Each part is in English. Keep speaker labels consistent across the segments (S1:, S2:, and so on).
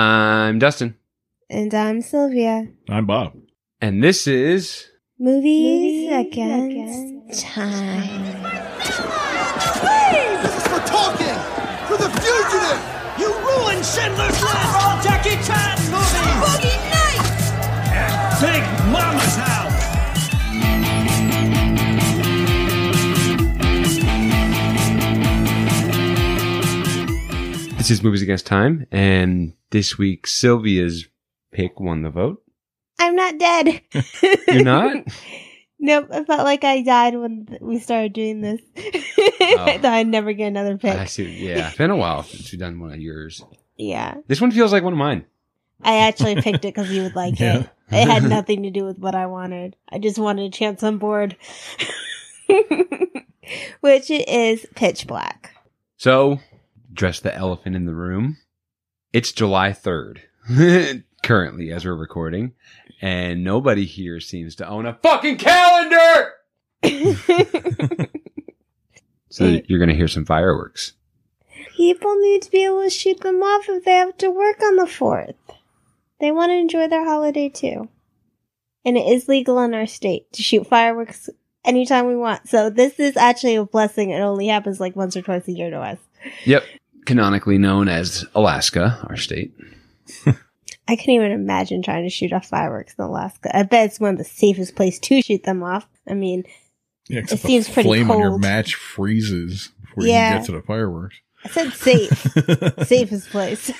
S1: I'm Dustin,
S2: And I'm Sylvia.
S3: I'm Bob.
S1: and this is
S2: Movies, against, time.
S4: This is for talking! For the fugitive! You ruined Schindler's List! All Jackie Chan movies! Boogie Nights! Big Mama's house!
S1: this is Movies Against Time, and this week Sylvia's pick won the vote.
S2: I'm not dead.
S1: You're not?
S2: nope. I felt like I died when th- we started doing this. I thought I'd never get another pick.
S1: Oh. I see. Yeah, it's been a while since we've done one of yours.
S2: yeah.
S1: This one feels like one of mine.
S2: I actually picked it because you would like
S3: Yeah.
S2: it. It had nothing to do with what I wanted. I just wanted a chance on board. Which it is pitch black.
S1: So, dress the elephant in the room. It's July 3rd, currently, as we're recording, and nobody here seems to own a fucking calendar! So, you're going to hear some fireworks.
S2: People need to be able to shoot them off if they have to work on the 4th. They want to enjoy their holiday too. And it is legal in our state to shoot fireworks anytime we want. So this is actually a blessing. It only happens like once or twice a year to us.
S1: Yep. Canonically known as Alaska, our state.
S2: I can't even imagine trying to shoot off fireworks in Alaska. I bet it's one of the safest places to shoot them off. I mean,
S3: Yeah,
S2: It seems pretty
S3: flame on your
S2: cold.
S3: match freezes before
S2: Yeah.
S3: you can get to the fireworks.
S2: I said safe. safest place.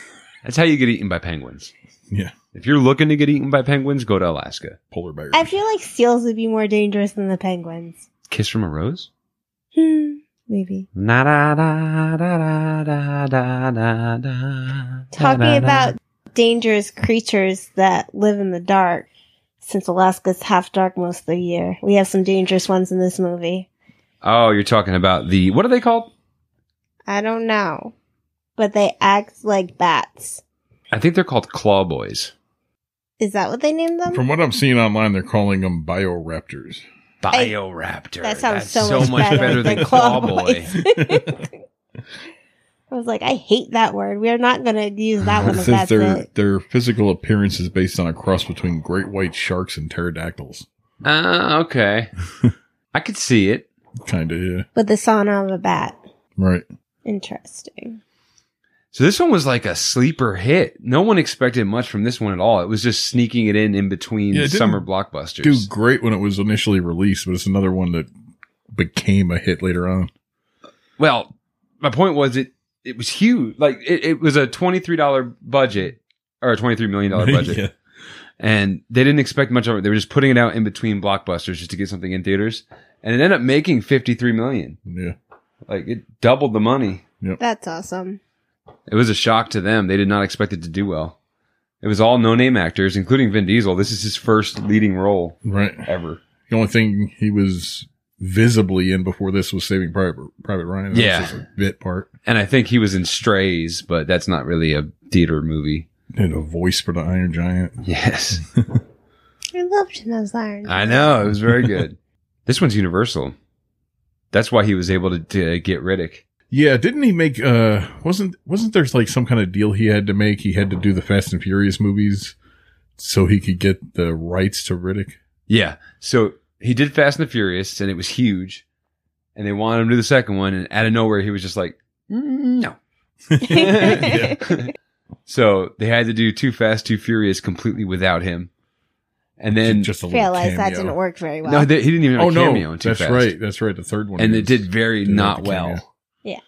S1: That's how you get eaten by penguins.
S3: yeah,
S1: If you're looking to get eaten by penguins, go to Alaska.
S3: polar bears.
S2: I feel like seals would be more dangerous than the penguins.
S1: Kiss from a rose?
S2: Hmm. Maybe.
S1: Na da da da da da da da da.
S2: talking about dangerous creatures that live in the dark since alaska's half dark most of the year we have some dangerous ones in this movie
S1: Oh, you're talking about the what are they called?
S2: i don't know but they act like bats
S1: I think they're called claw boys.
S2: is that what they named them
S3: From what I'm seeing online, they're calling them bioraptors.
S1: Bioraptor.
S2: that sounds so, much, better, than, claw
S1: claw
S2: boy i was like i hate that word we're not going to use that one
S3: It
S2: if
S3: says
S2: Oh that's
S3: their
S2: it
S3: their physical appearance is based on a cross between great white sharks and pterodactyls.
S1: Ah, okay. I could see it.
S3: Kind of, yeah.
S2: with the sauna of a bat
S3: Right.
S2: interesting
S1: So this one was like a sleeper hit. No one expected much from this one at all. It was just sneaking it in in between
S3: Yeah, it didn't
S1: summer
S3: Do
S1: blockbusters.
S3: great when it was initially released, but it's another one that became a hit later on.
S1: Well, my point was it it was huge. Like it, it was a twenty three dollar budget or a twenty three million dollar budget,
S3: yeah.
S1: and they didn't expect much of it. They were just putting it out in between blockbusters just to get something in theaters, and it ended up making fifty three million.
S3: Yeah.
S1: Like it doubled the money.
S2: that's awesome
S1: It was a shock to them. They did not expect it to do well. It was all no name actors, including Vin Diesel. This is his first leading role
S3: Right.
S1: ever.
S3: The only thing he was visibly in before this was Saving Private Private Ryan. That
S1: Yeah.
S3: was just a bit part
S1: And I think he was in Strays, but that's not really a theater movie.
S3: and a voice for the Iron Giant.
S1: Yes.
S2: i loved him as iron
S1: I know. It was very good. this one's universal. That's why he was able to, to get Riddick.
S3: Yeah, didn't he make? uh Wasn't wasn't there like some kind of deal he had to make? He had to do the Fast and Furious movies so he could get the rights to Riddick.
S1: Yeah. So he did Fast and the Furious, and it was huge. And they wanted him to do the second one. And out of nowhere, he was just like, "Mm, no.
S3: Yeah.
S1: So they had to do Too Fast, Too Furious completely without him. And then,
S3: just a little
S2: realized that
S3: cameo.
S2: didn't work very well
S1: no, they, he didn't even have
S3: Oh
S1: a cameo
S3: no,
S1: in Too
S3: that's
S1: Fast.
S3: right. That's right. The third one,
S1: and
S3: is-
S1: it did very
S3: didn't
S1: not
S3: have a cameo.
S1: well.
S2: Yeah.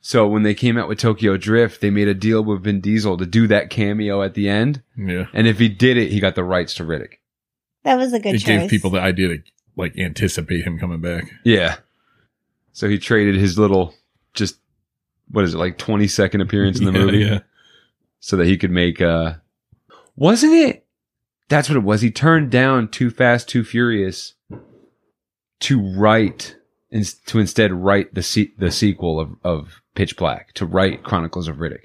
S1: So when they came out with Tokyo Drift, they made a deal with Vin Diesel to do that cameo at the end,
S3: Yeah,
S1: and if he did it, he got the rights to Riddick.
S2: that was a good
S3: it
S2: choice
S3: gave people the idea to like anticipate him coming back.
S1: Yeah. So he traded his little, just what is it, like twenty second appearance in the
S3: Yeah,
S1: movie,
S3: yeah.
S1: so that he could make. uh Wasn't it? That's what it was. He turned down Too Fast, Too Furious to write and to instead write the se- the sequel of of Pitch Black to write Chronicles of Riddick.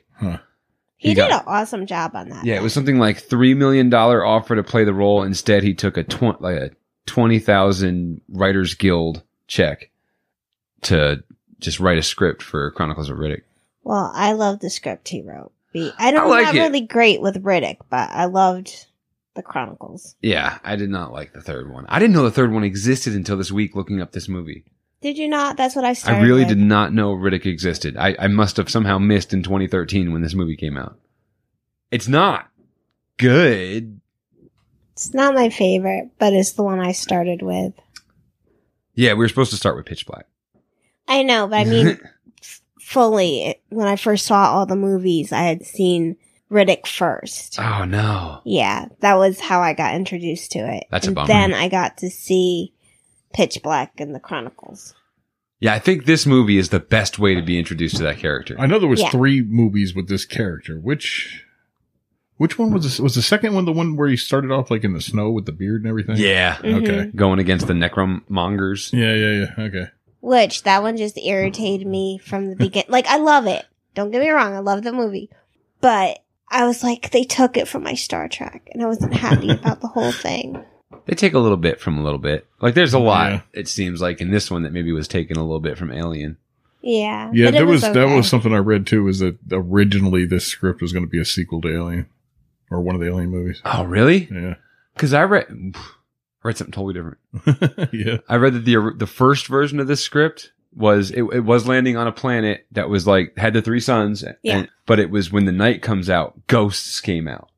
S2: he,
S1: he
S2: did
S1: got-
S2: an awesome job on that
S1: Yeah, it was something like three million dollar offer to play the role. Instead, he took a tw- like a twenty thousand Writers Guild check to just write a script for Chronicles of Riddick.
S2: Well, I love the script he wrote. be. I don't.
S1: I like
S2: am not
S1: it.
S2: really great with Riddick, but I loved the Chronicles.
S1: Yeah, I did not like the third one. I didn't know the third one existed until this week looking up this movie.
S2: Did you not? That's what I started.
S1: I really
S2: with.
S1: did not know Riddick existed. I, I must have somehow missed in 2013 when this movie came out. It's not good.
S2: It's not my favorite, but it's the one I started with.
S1: Yeah, we were supposed to start with Pitch Black.
S2: I know, but I mean, f- fully it- when I first saw all the movies, I had seen Riddick first.
S1: Oh no.
S2: Yeah, that was how I got introduced to it.
S1: That's a
S2: and
S1: bummer.
S2: Then I got to see Pitch Black and the Chronicles.
S1: Yeah, I think this movie is the best way to be introduced to that character.
S3: I know there was
S2: Yeah.
S3: three movies with this character. Which which one was this? Was the second one the one where he started off like in the snow with the beard and everything?
S1: Yeah,
S2: Mm-hmm.
S3: Okay.
S1: going against the necromongers.
S3: Yeah, yeah, yeah. Okay.
S2: Which that one just irritated me from the beginning. like I love it. Don't get me wrong, I love the movie, but I was like, they took it from my Star Trek, and I wasn't happy about the whole thing.
S1: They take a little bit from a little bit. Like there's a lot.
S3: Yeah.
S1: It seems like in this one that maybe was taken a little bit from Alien.
S2: Yeah,
S3: Yeah,
S2: but it
S3: there was, that
S2: okay.
S3: was something I read too. Is that originally this script was going to be a sequel to Alien or one of the Alien movies?
S1: Oh, really?
S3: Yeah,
S1: Because I read I read something totally different.
S3: yeah.
S1: I read that the the first version of this script was it, it was landing on a planet that was like had the three suns,
S2: Yeah.
S1: and, but it was when the night comes out, ghosts came out,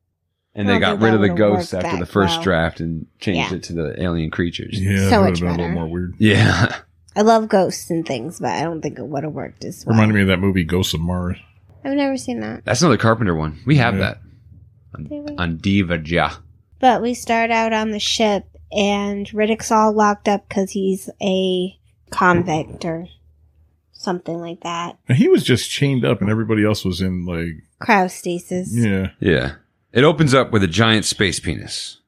S1: and they
S2: Probably
S1: got rid
S2: Oh, that
S1: of the
S2: would've
S1: ghosts
S2: worked
S1: after the
S2: back
S1: first
S2: well.
S1: draft and changed
S2: Yeah.
S1: it to the alien creatures. Yeah,
S3: Yeah,
S2: So
S3: that would've
S2: much
S3: been a little
S2: better.
S3: more weird.
S2: I love ghosts and things, but I don't think it would have worked as well.
S3: Reminded me of that movie Ghosts of Mars.
S2: I've never seen that.
S1: that's another Carpenter one. We have
S3: Yeah.
S1: that on Diva Ja.
S2: But we start out on the ship, and Riddick's all locked up because he's a convict or something like that.
S3: And he was just chained up, and everybody else was in like
S2: Cryostasis.
S3: yeah.
S1: Yeah, it opens up with a giant space penis.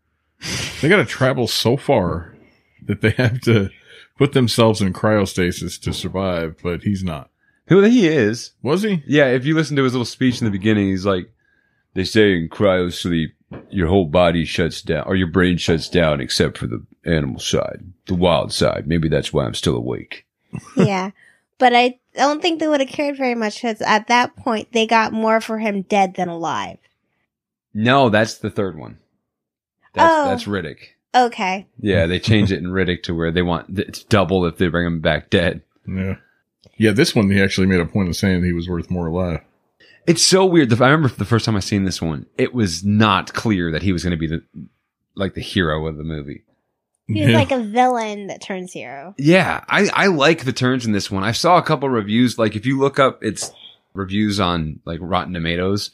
S3: They got to travel so far that they have to put themselves in cryostasis to survive. But he's not.
S1: Who he is?
S3: Was he?
S1: Yeah, if you listen to his little speech in the beginning, he's like, "They say in cryo sleep, your whole body shuts down, or your brain shuts down, except for the animal side, the wild side. Maybe that's why I'm still awake."
S2: yeah. But I don't think they would have cared very much because at that point they got more for him dead than alive.
S1: No, that's the third one. That's,
S2: Oh.
S1: that's Riddick.
S2: Okay.
S1: Yeah, they changed it in Riddick to where they want it's double if they bring him back dead.
S3: Yeah. Yeah, this one he actually made a point of saying he was worth more alive.
S1: It's so weird. The- I remember the first time I seen this one, it was not clear that he was going to be the like the hero of the movie.
S2: He was
S3: Yeah.
S2: like a villain that turns hero.
S1: Yeah, I, I like the turns in this one. I saw a couple reviews. Like if you look up its reviews on like Rotten Tomatoes,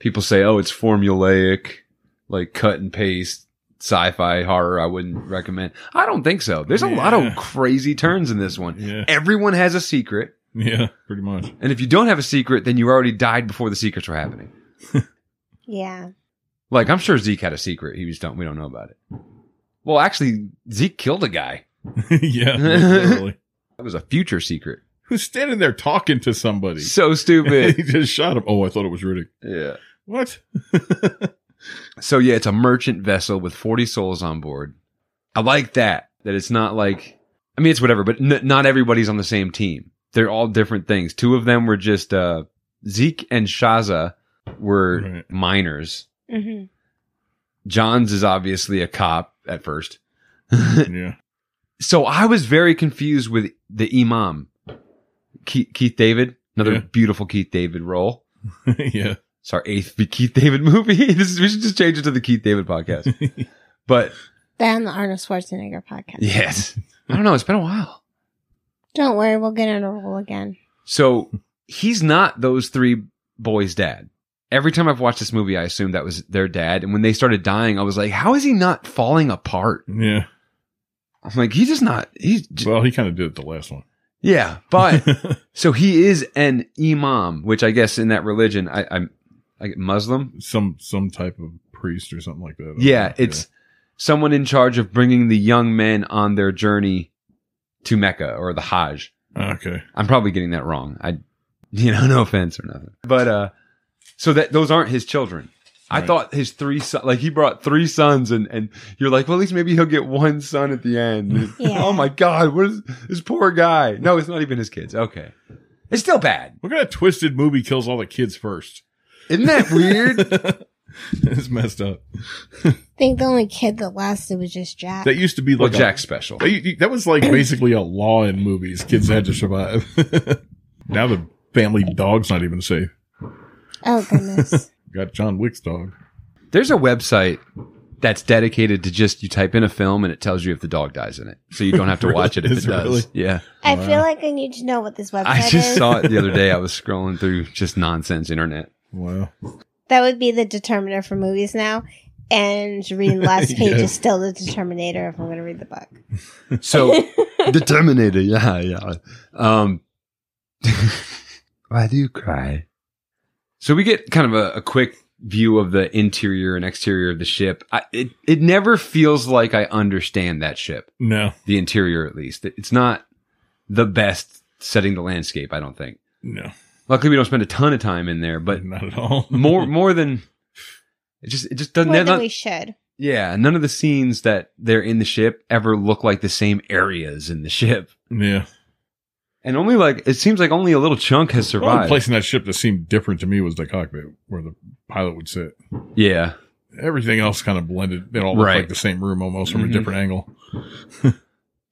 S1: people say, "Oh, it's formulaic, like cut and paste sci-fi horror." I wouldn't recommend. I don't think so. There's a lot
S3: Yeah.
S1: of crazy turns in this one.
S3: Yeah.
S1: Everyone has a secret,
S3: Yeah, pretty much.
S1: and if you don't have a secret, then you already died before the secrets were happening.
S2: Yeah.
S1: Like I'm sure Zeke had a secret. He just don't. We don't know about it. Well, actually, Zeke killed a guy.
S3: yeah. literally.
S1: That was a future secret.
S3: Who's standing there talking to somebody?
S1: So
S3: he
S1: stupid.
S3: just shot him. Oh, I thought it was Riddick.
S1: yeah.
S3: What?
S1: So yeah, it's a merchant vessel with 40 souls on board. I like that that it's not like I mean it's whatever, but n- not everybody's on the same team. They're all different things. Two of them were just uh Zeke and Shaza were
S3: Right.
S1: miners.
S2: hmm
S1: Johns is obviously a cop at first.
S3: yeah.
S1: So I was very confused with the Imam Keith, Keith David, another
S3: Yeah.
S1: beautiful Keith David role.
S3: yeah.
S1: It's our eighth Keith David movie. this is, we should just change it to the Keith David podcast. but
S2: Then the Arnold Schwarzenegger podcast.
S1: Yes. I don't know. It's been a while.
S2: Don't worry, we'll get in a roll again.
S1: So he's not those three boys' dad. Every time I've watched this movie, I assumed that was their dad. And when they started dying, I was like, how is he not falling apart?
S3: Yeah.
S1: I'm like, he's just not. He's j-
S3: Well, he kind of did it the last one.
S1: yeah. But so he is an imam, which I guess in that religion, I, I'm like Muslim.
S3: some some type of priest or something like that.
S1: Yeah. It's someone in charge of bringing the young men on their journey to Mecca or the Hajj.
S3: Yeah. okay.
S1: I'm probably getting that wrong. I, you know, no offense or nothing. But uh, so that those aren't his children. I
S3: Right.
S1: thought his three son, like he brought three sons, and and you're like, well, at least maybe he'll get one son at the end.
S2: Yeah.
S1: oh my God, what is this poor guy? No, it's not even his kids. Okay, it's still bad.
S3: What kind of twisted movie kills all the kids first?
S1: Isn't that weird?
S3: it's messed up.
S2: I think the only kid that lasted was just Jack.
S3: That used to be
S1: well,
S3: like a-
S1: Jack's special.
S3: that u- that was like basically a law in movies. Kids had to survive. now the family dog's not even safe.
S2: oh goodness.
S3: Got John Wick's dog.
S1: There's a website that's dedicated to just you type in a film and it tells you if the dog dies in it, so you don't have to
S3: Really?
S1: watch it if
S3: Is
S1: it
S3: it
S1: does.
S3: really?
S1: Yeah,
S2: I feel like I need to know what this website
S1: I
S2: is.
S1: just saw it the other day. I was scrolling through just nonsense internet.
S3: Wow.
S2: that would be the determiner for movies now. And reading the last page
S3: Yeah.
S2: is still the determinator if I'm going to read the book.
S1: So the Terminator, yeah, yeah. Um, why do you cry? So we get kind of a, a quick view of the interior and exterior of the ship. I, it it never feels like I understand that ship,
S3: No.
S1: the interior at least. It's not the best setting the landscape. I don't think.
S3: No.
S1: Luckily, we don't spend a ton of time in there, but
S3: not at all.
S1: more more than it just it just doesn't.
S2: More than
S1: not-
S2: we should.
S1: yeah, none of the scenes that they're in the ship ever look like the same areas in the ship.
S3: Yeah.
S1: And only like it seems like only a little chunk has
S3: The only
S1: survived.
S3: place in that ship that seemed different to me was the cockpit where the pilot would sit.
S1: yeah.
S3: Everything else kind of blended. It all looked
S1: Right.
S3: like the same room almost from
S1: Mhm.
S3: a different angle.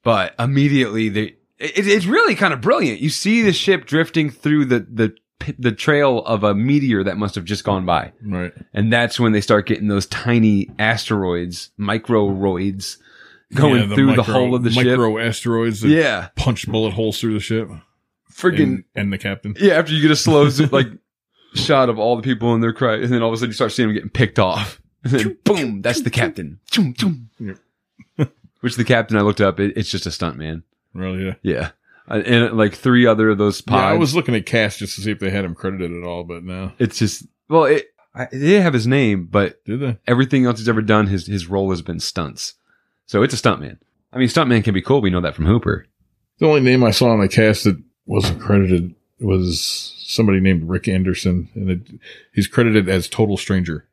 S1: But immediately they it, it's really kind of brilliant. You see the ship drifting through the the p- the trail of a meteor that must have just gone by.
S3: Right.
S1: And that's when they start getting those tiny asteroids, microroids going
S3: Yeah,
S1: through the
S3: micro-
S1: whole of the
S3: Micro asteroids that
S1: ship. Yeah.
S3: punch bullet holes through the ship.
S1: Friggin'
S3: And, and the captain.
S1: yeah, after you get a slow zoom, like shot of all the people in their cry, and then all of a sudden you start seeing them getting picked off. And then boom, that's the captain. Choom, choom. Which the captain I looked up, it, it's just a stunt man.
S3: Really, yeah.
S1: Yeah, Uh, and like three other of those
S3: Yeah, I
S1: pods.
S3: was looking at Cass just to see if they had him credited at all, but no.
S1: it's just well, it, I, they didn't have his name, but
S3: Did they?
S1: everything else he's ever done, his his role has been stunts. So it's a stunt man. I mean, stunt man can be cool. We know that from Hooper.
S3: The only name I saw on the cast that wasn't credited was somebody named Rick Anderson, and it, he's credited as Total Stranger.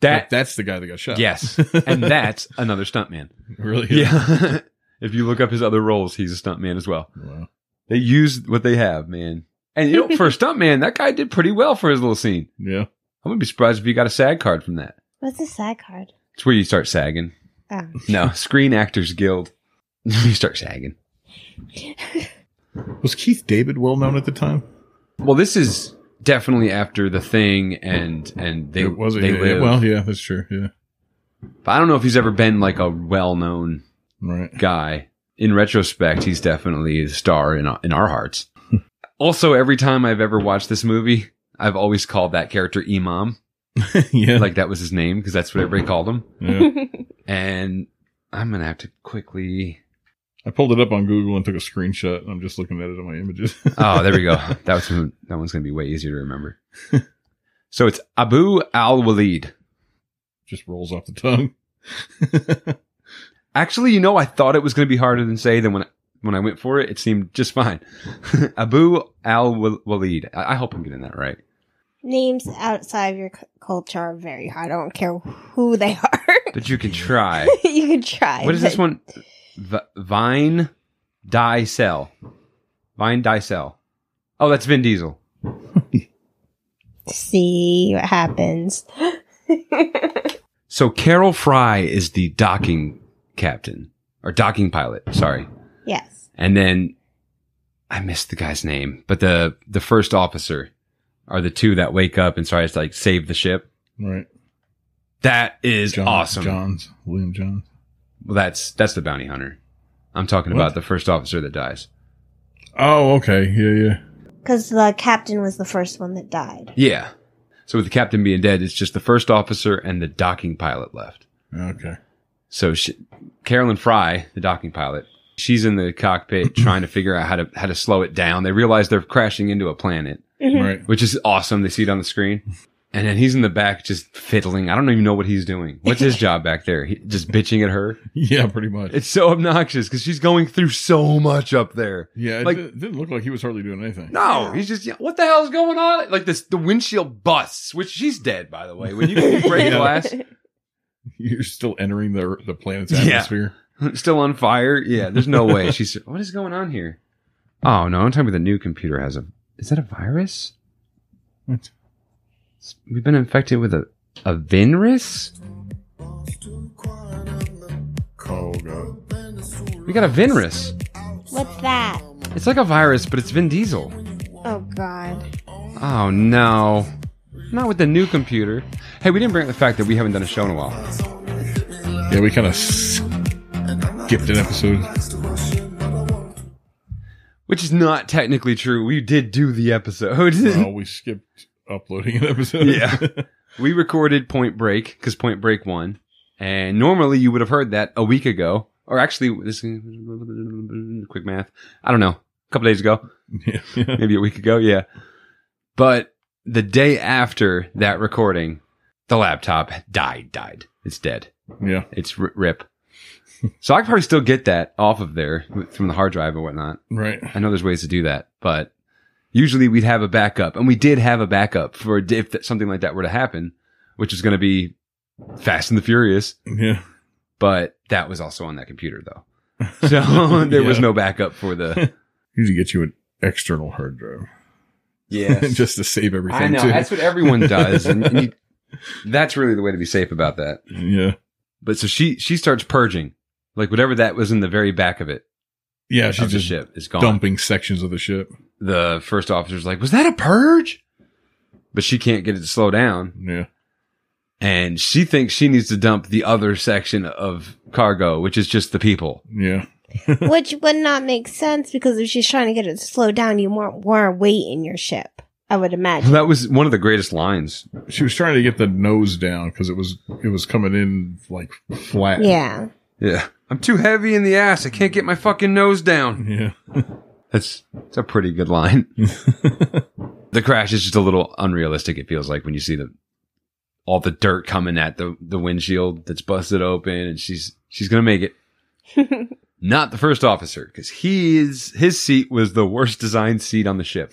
S1: That
S3: that's the guy that got shot.
S1: yes, and that's another stunt man.
S3: really.
S1: Yeah. if you look up his other roles, he's a stunt man as well.
S3: Wow.
S1: They used what they have, man. And you know, for a stunt man, that guy did pretty well for his little scene.
S3: Yeah.
S1: I wouldn't be surprised if you got a SAG card from that.
S2: What's a side card?
S1: It's where you start sagging.
S2: Oh.
S1: No, Screen Actors Guild. you start sagging.
S3: Was Keith David well known at the time?
S1: Well, this is definitely after the thing, and and they
S3: it was.
S1: they
S3: yeah,
S1: live.
S3: Well, yeah, that's true. Yeah.
S1: but I don't know if he's ever been like a well-known
S3: Right.
S1: guy. In retrospect, he's definitely a star in our, in our hearts. also, every time I've ever watched this movie, I've always called that character Imam,
S3: yeah.
S1: like that was his name because that's what everybody called him.
S3: yeah.
S1: And I'm gonna have to quickly.
S3: I pulled it up on Google and took a screenshot. And I'm just looking at it in my images.
S1: Oh, there we go. That was that one's gonna be way easier to remember. So it's Abu Al Walid.
S3: just rolls off the tongue.
S1: Actually, you know, I thought it was going to be harder than say than when when I went for it. It seemed just fine. Abu Al Walid. I, I hope I'm getting that right.
S2: Names outside of your c- culture are very hard. I don't care who they are.
S1: But you can try.
S2: you can try.
S1: what is this
S2: but
S1: one? V- Vine Die Cell. Vine Die Cell. Oh, that's Vin Diesel.
S2: See what happens.
S1: So Carol Fry is the docking captain or docking pilot. Sorry.
S2: Yes.
S1: And then I missed the guy's name, but the the first officer are the two that wake up and try to like save the ship.
S3: Right.
S1: That is
S3: John,
S1: awesome.
S3: Johns. William Johns.
S1: Well, that's that's the bounty hunter. I'm talking
S3: What?
S1: about the first officer that dies.
S3: Oh, okay. Yeah, yeah.
S2: Because the captain was the first one that died.
S1: Yeah. So with the captain being dead, it's just the first officer and the docking pilot left.
S3: Okay.
S1: So she, Carolyn Fry, the docking pilot, she's in the cockpit trying to figure out how to how to slow it down. They realize they're crashing into a planet,
S3: Right.
S1: which is awesome. They see it on the screen. And then he's in the back just fiddling. I don't even know what he's doing. What's his job back there? He, just bitching at her.
S3: Yeah, pretty much.
S1: It's so obnoxious because she's going through so much up there.
S3: yeah, it
S1: like-
S3: di- didn't look like he was hardly doing anything.
S1: No, he's just yeah, what the hell's going on? Like this, the windshield busts, which she's dead by the way. When you break
S3: Yeah.
S1: glass,
S3: You're still entering the the planet's
S1: Yeah.
S3: atmosphere.
S1: still on fire. Yeah, there's no way. She's what is going on here? Oh no, I'm talking about the new computer has a. Is that a virus?
S3: What?
S1: We've been infected with a, a Vinris?
S3: Oh god.
S1: We got a Vinris.
S2: What's that?
S1: It's like a virus, but it's Vin Diesel.
S2: Oh God.
S1: Oh no. Not with the new computer. Hey, we didn't bring up the fact that we haven't done a show in a while.
S3: Yeah, we kind of skipped an episode.
S1: Which is not technically true. We did do the episode.
S3: Well, we skipped uploading an episode.
S1: Yeah. we recorded Point Break because Point Break won, and normally you would have heard that a week ago, or actually, this quick math. I don't know, a couple days ago,
S3: yeah. yeah.
S1: maybe a week ago. Yeah, but the day after that recording, the laptop died. Died. It's dead.
S3: Yeah.
S1: It's r- rip. so I could probably still get that off of there from the hard drive or whatnot.
S3: Right.
S1: I know there's ways to do that, but usually we'd have a backup, and we did have a backup for d- if that, something like that were to happen, which is going to be Fast and the Furious.
S3: Yeah.
S1: But that was also on that computer, though, so there was
S3: Yeah.
S1: no backup for the.
S3: Usually get you an external hard drive
S1: Yeah,
S3: just to save everything.
S1: I know
S3: too.
S1: that's what everyone does, and, and you, that's really the way to be safe about that.
S3: yeah.
S1: But so she she starts purging, like whatever that was in the very back of it
S3: Yeah. She's
S1: of the
S3: just
S1: ship is gone.
S3: dumping sections of the ship.
S1: The first officer's like, "Was that a purge?" But she can't get it to slow down.
S3: Yeah.
S1: and she thinks she needs to dump the other section of cargo, which is just the people.
S3: Yeah.
S2: Which would not make sense because if she's trying to get it to slow down, you want more weight in your ship. I would imagine.
S1: That was one of the greatest lines.
S3: She was trying to get the nose down because it was it was coming in like flat.
S2: Yeah.
S1: Yeah. I'm too heavy in the ass. I can't get my fucking nose down.
S3: Yeah.
S1: That's that's a pretty good line. the crash is just a little unrealistic, it feels like when you see the all the dirt coming at the, the windshield that's busted open and she's she's gonna make it. Not the first officer, because his his seat was the worst designed seat on the ship.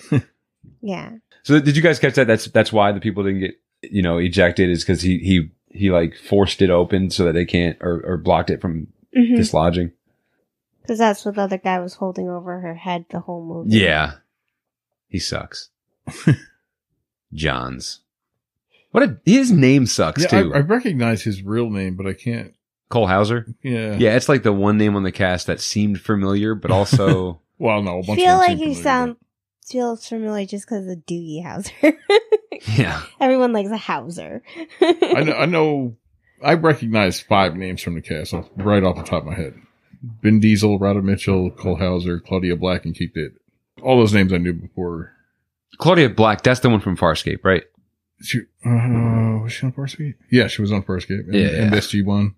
S2: Yeah.
S1: So did you guys catch that? That's that's why the people didn't get you know ejected is because he he he like forced it open so that they can't or, or blocked it from
S3: Hmm.
S2: Because
S1: dislodging.
S2: Mm-hmm. that's what the other guy was holding over her head the whole movie.
S1: Yeah, he sucks. Johns. What a his name sucks
S3: Yeah,
S1: too.
S3: I, I recognize his real name, but I can't.
S1: Cole Hauser.
S3: Yeah.
S1: Yeah, it's like the one name on the cast that seemed familiar, but also
S3: Well, no, a bunch
S2: feel like
S3: of them seem
S2: you
S3: familiar,
S2: sound feels familiar just because of Doogie Howser.
S1: yeah.
S2: Everyone likes a Hauser.
S3: but I know, I know. I recognize five names from the cast off- right off the top of my head: Ben Diesel, Rhoda Mitchell, Cole Hauser, Claudia Black, and Keith David. All those names I knew before.
S1: Claudia Black. That's the one from Farscape, right?
S3: She uh, was she on Farscape? Yeah, she was on Farscape. And,
S1: Yeah.
S3: and SG One.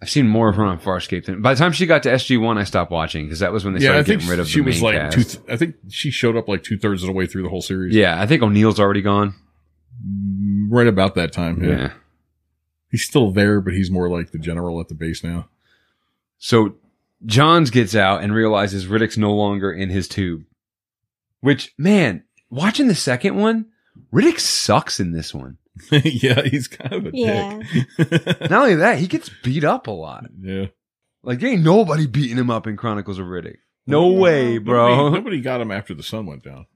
S1: I've seen more of her on Farscape than by the time she got to SG One, I stopped watching because that was when they
S3: Yeah,
S1: started
S3: I think
S1: getting rid of
S3: she
S1: the
S3: was
S1: main
S3: like
S1: cast.
S3: two. Th- I think she showed up like two thirds of the way through the whole series.
S1: Yeah, I think O'Neill's already gone.
S3: Mm, right about that time.
S1: Yeah.
S3: Yeah. he's still there, but he's more like the general at the base now.
S1: So Johns gets out and realizes Riddick's no longer in his tube. Which, man, watching the second one, Riddick sucks in this one.
S3: yeah, he's kind of a
S2: Yeah.
S3: dick.
S1: Not only that, he gets beat up a lot.
S3: yeah.
S1: Like, ain't nobody beating him up in Chronicles of Riddick. No
S2: Yeah.
S1: way,
S3: Nobody,
S1: bro.
S3: nobody got him after the sun went down.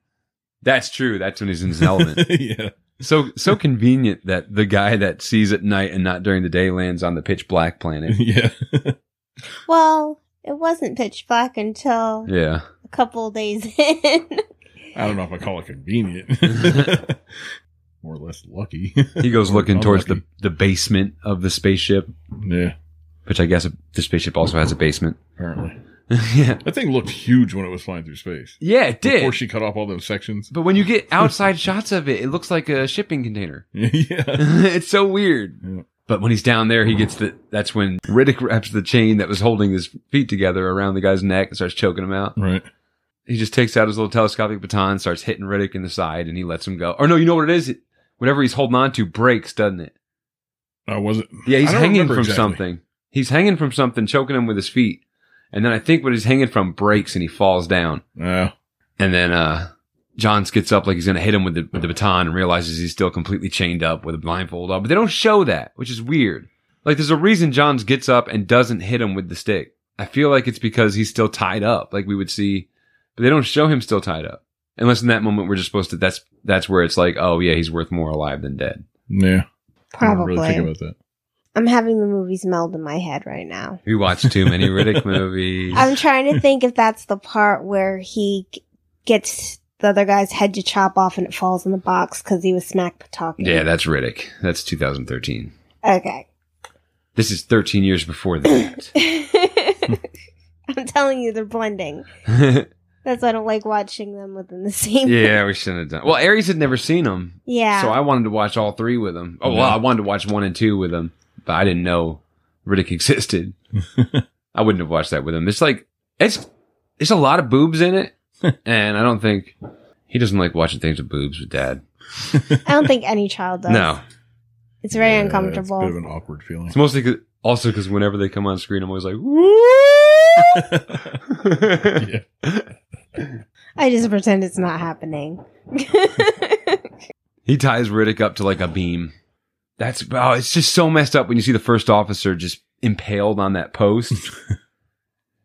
S1: That's true. That's when he's in his element.
S3: yeah.
S1: So, so convenient that the guy that sees at night and not during the day lands on the pitch black planet.
S3: Yeah.
S2: well, it wasn't pitch black until
S1: Yeah.
S2: a couple days in.
S3: I don't know if I call it convenient. more or less lucky.
S1: He goes
S3: Or
S1: looking towards the,
S3: unlucky.
S1: the basement of the spaceship,
S3: Yeah,
S1: which I guess the spaceship also has a basement.
S3: apparently.
S1: yeah.
S3: That thing looked huge when it was flying through space.
S1: Yeah, it
S3: Before
S1: did.
S3: she cut off all those sections.
S1: but when you get outside shots of it, it looks like a shipping container.
S3: yeah.
S1: it's so weird.
S3: Yeah.
S1: But when he's down there, he gets the. That's when Riddick wraps the chain that was holding his feet together around the guy's neck and starts choking him out.
S3: Right.
S1: He just takes out his little telescopic baton, starts hitting Riddick in the side, and he lets him go. Or no, you know what it is? It, whatever he's holding on to breaks, doesn't it?
S3: I wasn't.
S1: Yeah, he's
S3: I don't
S1: hanging
S3: remember
S1: from
S3: exactly.
S1: something. He's hanging from something, choking him with his feet. And then I think what he's hanging from breaks and he falls down.
S3: Yeah.
S1: And then uh Johns gets up like he's going to hit him with the, with the baton and realizes he's still completely chained up with a blindfold on. But they don't show that, which is weird. Like there's a reason Johns gets up and doesn't hit him with the stick. I feel like it's because he's still tied up, like we would see, but they don't show him still tied up. Unless in that moment we're just supposed to. That's that's where it's like, oh yeah, he's worth more alive than dead.
S3: Yeah. I didn't
S2: Probably.
S3: really think about that.
S2: I'm having the movies meld in my head right now.
S1: We watched too many Riddick movies.
S2: I'm trying to think if that's the part where he g- gets the other guy's head to chop off and it falls in the box because he was smack talking.
S1: yeah, that's Riddick. That's 2013.
S2: Okay.
S1: This is 13 years before that.
S2: I'm telling you, they're blending. That's why I don't like watching them within the same.
S1: yeah, we shouldn't have done. Well, Aries had never seen him,
S2: Yeah.
S1: so I wanted to watch all three with him. Oh well,
S3: Yeah.
S1: I wanted to watch one and two with him, but I didn't know Riddick existed. I wouldn't have watched that with him. It's like it's it's a lot of boobs in it, and I don't think he doesn't like watching things with boobs with dad.
S2: I don't think any child does.
S1: No,
S2: It's very
S3: Yeah,
S2: uncomfortable.
S3: It's a bit of an awkward feeling.
S1: it's mostly 'cause- also because whenever they come on screen, I'm always like, "Woo!"
S3: yeah.
S2: I just pretend it's not happening.
S1: He ties Riddick up to like a beam. That's oh, it's just so messed up when you see the first officer just impaled on that post.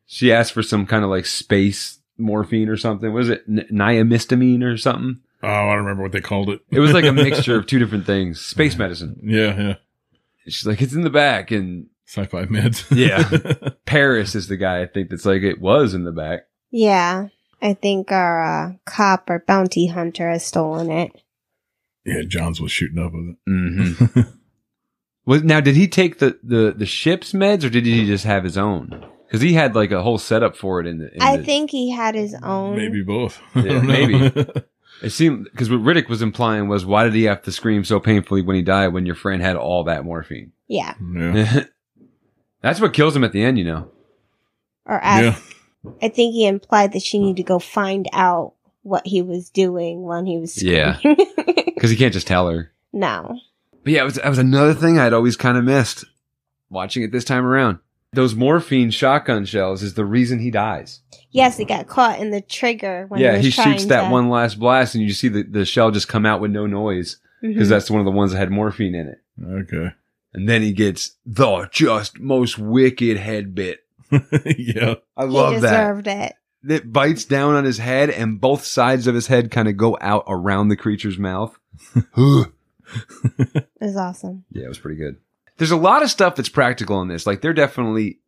S1: she asked for some kind of like space morphine or something. Was it N- niamistamine or something?
S3: Oh, I don't remember what they called it.
S1: It was like a mixture of two different things. Space medicine.
S3: Yeah, yeah.
S1: She's like, it's in the back, and
S3: Sci-fi meds.
S1: Yeah. Paris is the guy I think that's like it was in the back.
S2: yeah. I think our uh, cop or bounty hunter has stolen it.
S3: yeah, Johns was shooting up with it.
S1: Mm-hmm. Was now did he take the the the ship's meds or did he just have his own? Because he had like a whole setup for it in the. In
S2: I
S1: the-
S2: think he had his own.
S3: Maybe both.
S1: Hmm. Yeah,
S3: I don't know.
S1: maybe. It seemed because what Riddick was implying was why did he have to scream so painfully when he died when your friend had all that morphine?
S2: Yeah.
S3: yeah.
S1: That's what kills him at the end, you know.
S2: Or ask.
S3: yeah.
S2: I think he implied that she needed to go find out what he was doing when he was
S1: Yeah.
S2: screaming.
S1: Because he can't just tell her.
S2: no.
S1: But yeah, it was, that was another thing I'd always kind of missed watching it this time around. Those morphine shotgun shells is the reason he dies.
S2: Yes, he got caught in the trigger when
S1: yeah,
S2: he, was
S1: he
S2: trying
S1: shoots that
S2: to-
S1: one last blast, and you see the, the shell just come out with no noise because
S2: Mhm.
S1: that's one of the ones that had morphine in it.
S3: Okay.
S1: And then he gets the just most wicked head bit.
S3: yeah.
S1: I
S2: He
S1: love that.
S2: deserved it.
S1: that bites down on his head and both sides of his head kind of go out around the creature's mouth. yeah,
S2: It was awesome.
S1: it was pretty good. There's a lot of stuff that's practical in this. Like they're definitely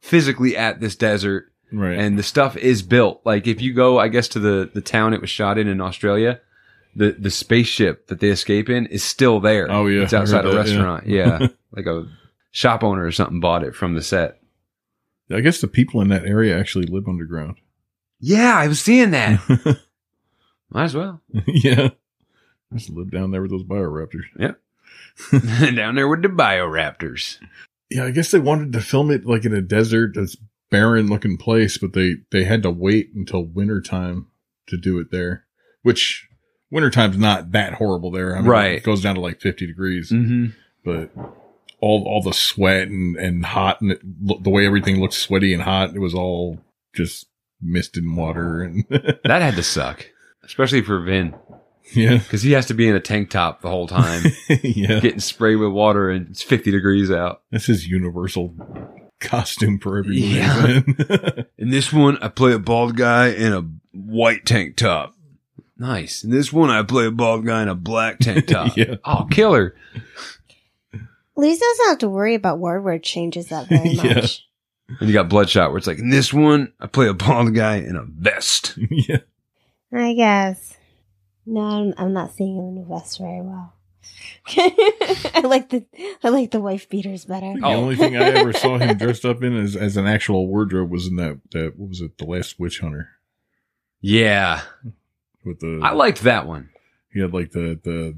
S1: physically at this desert
S3: Right.
S1: and the stuff is built. Like if you go, I guess, to the, the town it was shot in in Australia, the, the spaceship that they escape in is still there.
S3: oh yeah.
S1: It's
S3: I
S1: outside
S3: heard
S1: a
S3: that, yeah.
S1: restaurant. Yeah. like a shop owner or something bought it from the set.
S3: I guess the people in that area actually live underground.
S1: Yeah, I was seeing that. Might as well.
S3: yeah. Just live down there with those bioraptors.
S1: down there with the bioraptors.
S3: Yeah, I guess they wanted to film it like in a desert, this barren looking place, but they they had to wait until wintertime to do it there. Which wintertime's not that horrible there. I mean,
S1: Right.
S3: It goes down to like fifty degrees,
S1: Mm-hmm.
S3: but all all the sweat and and hot and it, lo- the way everything looked sweaty and hot, it was all just mist and water and
S1: That had to suck, especially for Vin,
S3: yeah,
S1: because he has to be in a tank top the whole time,
S3: yeah.
S1: getting sprayed with water, and it's 50 degrees out.
S3: This is universal costume for everybody.
S1: Yeah. In this one, I play a bald guy in a white tank top. Nice. In this one, I play a bald guy in a black tank top.
S3: Yeah.
S1: Oh, killer.
S2: At least doesn't have to worry about word word changes that very
S3: Yeah.
S2: much.
S1: And you got Bloodshot, where it's like, in this one, I play a bald guy in a vest.
S3: yeah.
S2: I guess. No, I'm, I'm not seeing him in the vest very well. I like the I like the wife beaters better.
S3: The
S1: Oh.
S3: only thing I ever saw him dressed up in as, as an actual wardrobe was in that, that what was it, the last witch hunter
S1: Yeah.
S3: with the
S1: I liked that one.
S3: he had like the the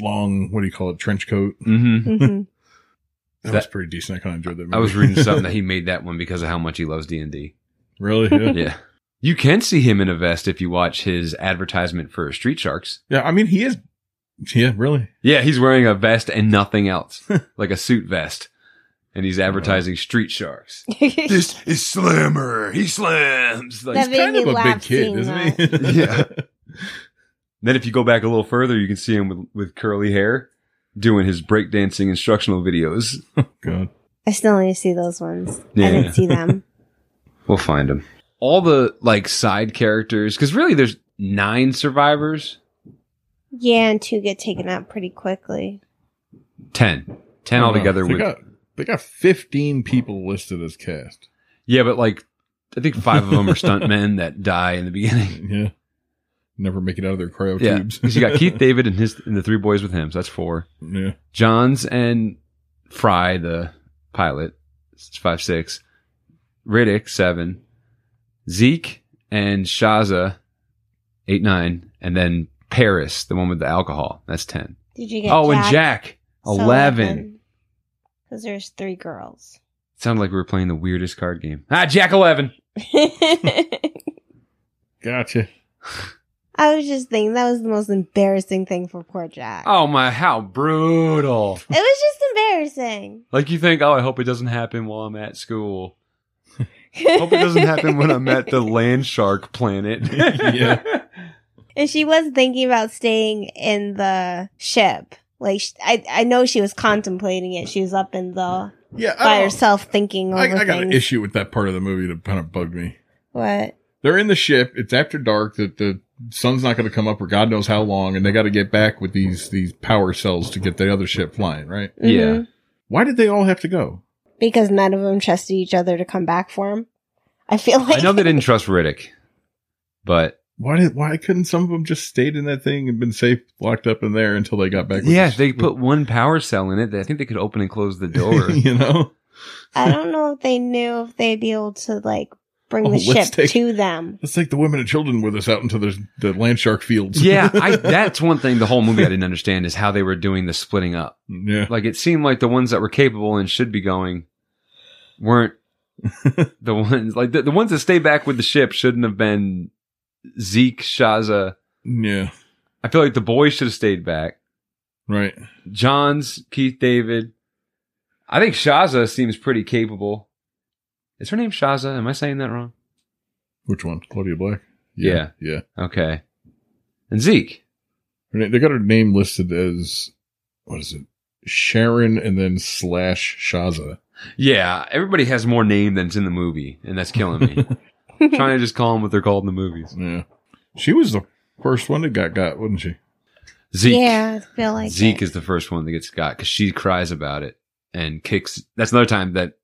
S3: long what do you call it trench coat.
S1: Mm-hmm.
S2: hmm
S3: That,
S1: That-
S3: was pretty decent. I kind of enjoyed that. Movie.
S1: I was reading something that he made that one because of how much he loves D&D.
S3: really yeah. yeah.
S1: Yeah. You can see him in a vest if you watch his advertisement for Street Sharks.
S3: I mean he is. Yeah, really.
S1: Yeah, he's wearing a vest and nothing else, like a suit vest. And he's advertising Street Sharks.
S2: Mm-hmm.
S1: This is Slammer. He slams. Like,
S2: That'd be-
S1: then
S2: Made
S3: Kind
S2: me
S3: of a big
S2: laugh
S3: kid,
S2: seeing
S3: isn't he?
S1: Yeah. if you go back a little further, you can see him with, with curly hair doing his breakdancing instructional videos.
S3: God.
S2: I still need to see those ones. I
S1: Yeah.
S2: didn't see them.
S1: We'll find him. All the like side characters, because really there's nine survivors,
S2: Yeah, and two get taken out pretty quickly.
S1: ten, ten
S3: I don't know.
S1: altogether.
S3: They
S1: With,
S3: got they got fifteen people listed as cast.
S1: yeah, but like I think five of them are stuntmen that die in the beginning.
S3: Yeah, never make it out of their cryo
S1: Yeah,
S3: tubes.
S1: 'Cause you got Keith David and his and the three boys with him, so that's four.
S3: yeah,
S1: Johns and Fry, the pilot, s- five six. Riddick seven, Zeke and Shaza, eight nine, and then Paris, the one with the alcohol, that's ten.
S2: Did you get?
S1: oh, and Jack eleven.
S2: Because there's three girls.
S1: Sounded like we were playing the weirdest card game. Ah, Jack eleven.
S2: I
S3: gotcha.
S2: was just thinking that was the most embarrassing thing for poor Jack.
S1: Oh my, how brutal!
S2: It was just embarrassing.
S1: Like you think, oh, I hope it doesn't happen while I'm at school. Hope it doesn't happen when I'm at the land shark planet.
S3: Yeah.
S2: And she was thinking about staying in the ship. Like sh I, I know she was contemplating it. She was up in the
S3: Yeah, I,
S2: by
S3: don't-
S2: herself thinking over
S3: Oh. I, I got an
S2: things.
S3: issue with that part of the movie that kind of bugged me.
S2: What?
S3: They're in the ship. It's after dark. That the sun's not going to come up for God knows how long, and they got to get back with these these power cells to get the other ship flying. Right?
S1: Yeah.
S3: Why did they all have to go?
S2: Mm-hmm. Because none of them trusted each other to come back for him. I feel like
S1: I know they didn't trust Riddick, but
S3: Why did why couldn't some of them just stayed in that thing and been safe locked up in there until they got back? with
S1: yeah,
S3: the
S1: if they
S3: ship?
S1: put one power cell in it, I think they could open and close the door.
S3: you know.
S2: I don't know if they knew if they'd be able to like bring
S3: Oh,
S2: the
S3: let's
S2: ship
S3: take-
S2: to them.
S3: Let's take the women and children with us out into the, the land shark fields.
S1: yeah, I, that's one thing the whole movie I didn't understand is how they were doing the splitting up.
S3: yeah.
S1: Like it seemed like the ones that were capable and should be going weren't the ones like the, the ones that stay back with the ship shouldn't have been Zeke, Shaza.
S3: Yeah.
S1: I feel like the boys should have stayed back.
S3: Right.
S1: Johns, Keith David. I think Shaza seems pretty capable. Is her name Shaza? Am I saying that wrong?
S3: Which one? Claudia Black? Yeah.
S1: Okay. And Zeke.
S3: Her na- They got her name listed as, what is it? Sharon and then slash Shaza.
S1: Yeah, everybody has more name than's in the movie, and that's killing me. Trying to just call them what they're called in the movies.
S3: Yeah. She was the first one that got got, wasn't she?
S1: Zeke.
S2: Yeah, I feel like
S1: Zeke
S2: it.
S1: is the first one that gets got because she cries about it and kicks. That's another time that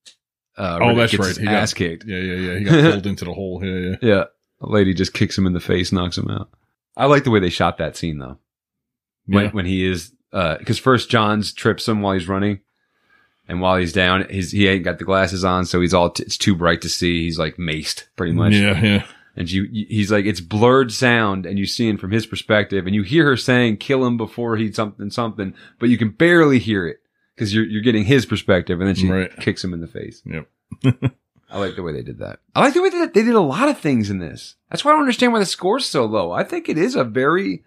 S1: uh,
S3: Oh,
S1: Riddick
S3: that's
S1: gets
S3: right.
S1: his
S3: He got-
S1: ass kicked.
S3: Yeah, yeah, yeah. He got pulled into the hole. Yeah, yeah.
S1: Yeah, a lady just kicks him in the face, knocks him out. I like the way they shot that scene though. When
S3: Yeah.
S1: when he is because first Johns trips him while he's running, and while he's down, his he ain't got the glasses on, so he's all t- it's too bright to see. He's like maced pretty much.
S3: Yeah, yeah.
S1: And you, you- he's like, it's blurred sound, and you see him from his perspective, and you hear her saying, "Kill him before he something something," but you can barely hear it because you're you're getting his perspective, and then she
S3: Right.
S1: kicks him in the face.
S3: Yep.
S1: I like the way they did that. I like the way that they did a lot of things in this. That's why I don't understand why the score's so low. I think it is a very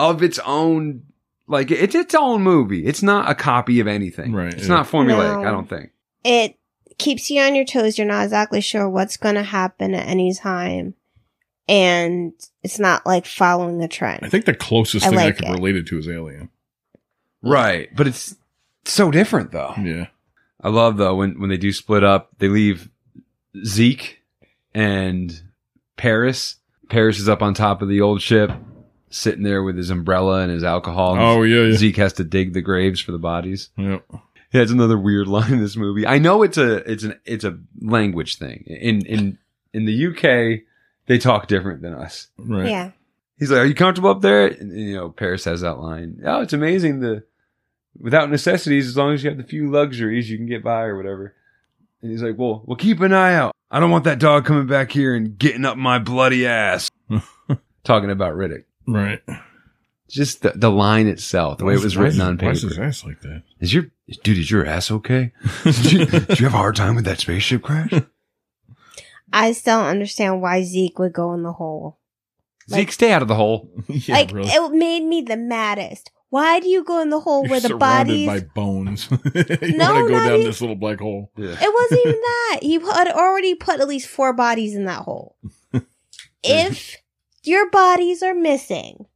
S1: of its own, like it's its own movie. It's not a copy of anything.
S3: Right,
S1: It's
S3: yeah.
S1: not formulaic.
S2: No.
S1: I don't think.
S2: It keeps you on your toes. You're not exactly sure what's going to happen at any time, and it's not like following a trend.
S3: I think the closest
S2: I
S3: thing I
S2: like
S3: could
S2: it.
S3: relate it to is Alien.
S1: Right, but it's so different though.
S3: Yeah.
S1: I love though when when they do split up, they leave Zeke and Paris. Paris is up on top of the old ship, sitting there with his umbrella and his alcohol. and
S3: Oh, yeah, yeah.
S1: Zeke has to dig the graves for the bodies.
S3: Yep.
S1: Yeah, it's another weird line in this movie. I know it's a it's an it's a language thing. In in in the UK, they talk different than us.
S3: Right.
S2: Yeah,
S1: He's like, "Are you comfortable up there?" And, you know, Paris has that line. Oh, it's amazing the without necessities, as long as you have the few luxuries, you can get by or whatever. And he's like, "Well, well, keep an eye out. I don't want that dog coming back here and getting up my bloody ass." Talking about Riddick,
S3: Right.
S1: just the, the line itself, the way it was
S3: Why is-
S1: written on
S3: Why is his
S1: paper.
S3: ass like that?
S1: Is your dude? Is your ass okay? Did you, did you have a hard time with that spaceship crash?
S2: I still don't understand why Zeke would go in the hole.
S1: Zeke, stay out of the hole.
S3: yeah,
S2: like
S3: really.
S2: it made me the maddest. Why do you go in the hole
S3: You're
S2: where the
S3: surrounded
S2: bodies?
S3: by bones. you
S2: No, not
S3: want to go
S2: e-
S3: down
S2: even-
S3: this little black hole.
S1: Yeah.
S2: It wasn't even that. He had already put at least four bodies in that hole. if your bodies are missing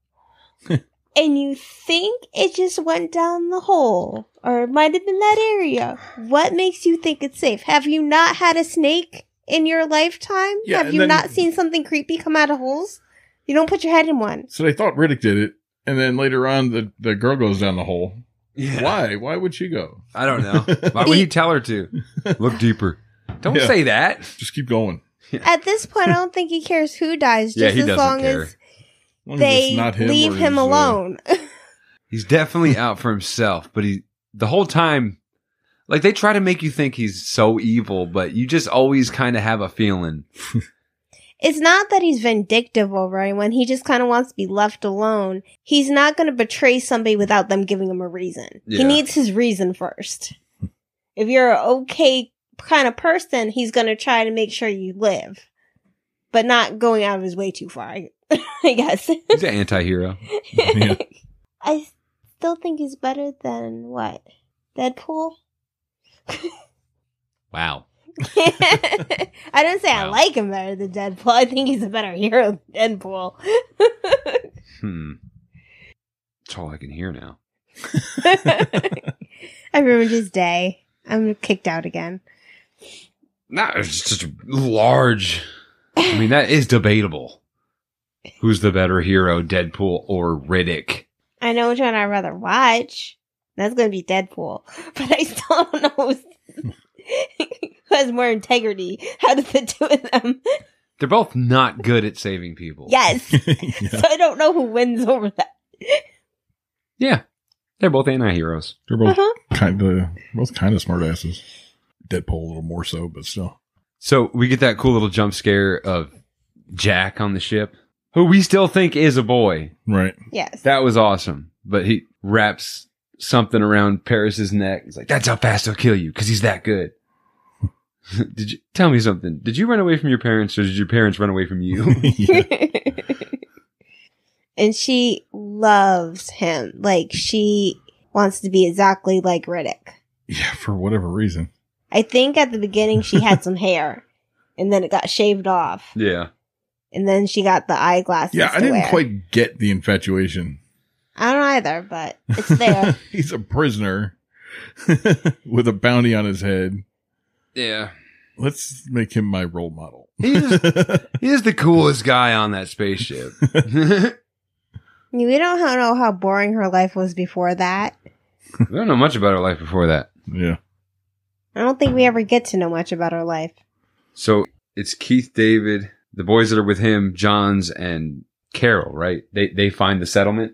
S2: and you think it just went down the hole or it might have been that area, what makes you think it's safe? Have you not had a snake in your lifetime?
S3: Yeah,
S2: have
S3: and
S2: you
S3: then-
S2: not seen something creepy come out of holes? You don't put your head in one.
S3: So they thought Riddick did it, and then later on, the the girl goes down the hole.
S1: Yeah.
S3: Why? Why would she go?
S1: I don't know. Why would he tell her to? Look deeper. Don't
S3: Yeah.
S1: say that.
S3: Just keep going.
S2: At this point, I don't think he cares who dies,
S1: Yeah,
S2: just
S1: he
S2: as
S1: doesn't
S2: long
S1: care.
S2: as
S3: As long as
S2: they
S3: it's not him
S2: leave
S3: or
S2: him
S3: his, uh,
S2: alone.
S1: He's definitely out for himself, but he the whole time like they try to make you think he's so evil, but you just always kind of have a feeling.
S2: it's not that he's vindictive over anyone. He just kind of wants to be left alone. He's not going to betray somebody without them giving him a reason. He
S1: Yeah.
S2: needs his reason first. If you're an okay kind of person, he's going to try to make sure you live, but not going out of his way too far, I I guess.
S1: He's an anti-hero.
S3: yeah.
S2: I still think he's better than what? Deadpool?
S1: Wow.
S2: I don't say I
S1: Wow.
S2: like him better than Deadpool. I think he's a better hero than Deadpool.
S1: Hmm. That's all I can hear now.
S2: I ruined his day. I'm kicked out again.
S1: Not it's just large. I mean, that is debatable. Who's the better hero, Deadpool or Riddick?
S2: I know which one I'd rather watch. That's gonna be Deadpool. But I still don't know who's, who has more integrity out of the two of them.
S1: They're both not good at saving people.
S2: Yes.
S3: yeah.
S2: So I don't know who wins over that.
S1: Yeah. They're both anti-heroes.
S3: They're both
S2: Uh-huh.
S3: kind of both kind of smart asses. Deadpool a little more so, but still.
S1: So we get that cool little jump scare of Jack on the ship, who we still think is a boy.
S3: Right.
S2: Yes.
S1: That was awesome. But he wraps something around Paris's neck. He's like, that's how fast he'll kill you because he's that good. did you tell me something? Did you run away from your parents or did your parents run away from you?
S3: Yeah.
S2: and she loves him. Like she wants to be exactly like Riddick.
S3: yeah, for whatever reason.
S2: I think at the beginning she had some hair and then it got shaved off.
S1: yeah.
S2: And then she got the eyeglasses.
S3: Yeah, I
S2: to
S3: didn't
S2: wear.
S3: quite get the infatuation.
S2: I don't either, but it's there.
S3: He's a prisoner with a bounty on his head.
S1: Yeah.
S3: Let's make him my role model.
S1: He is, he is the coolest guy on that spaceship. I
S2: we don't ho- know how boring her life was before that.
S1: don't know much about her life before that.
S3: yeah.
S2: I don't think we ever get to know much about her life.
S1: So it's Keith David, the boys that are with him, Johns and Carol, right? They they find the settlement.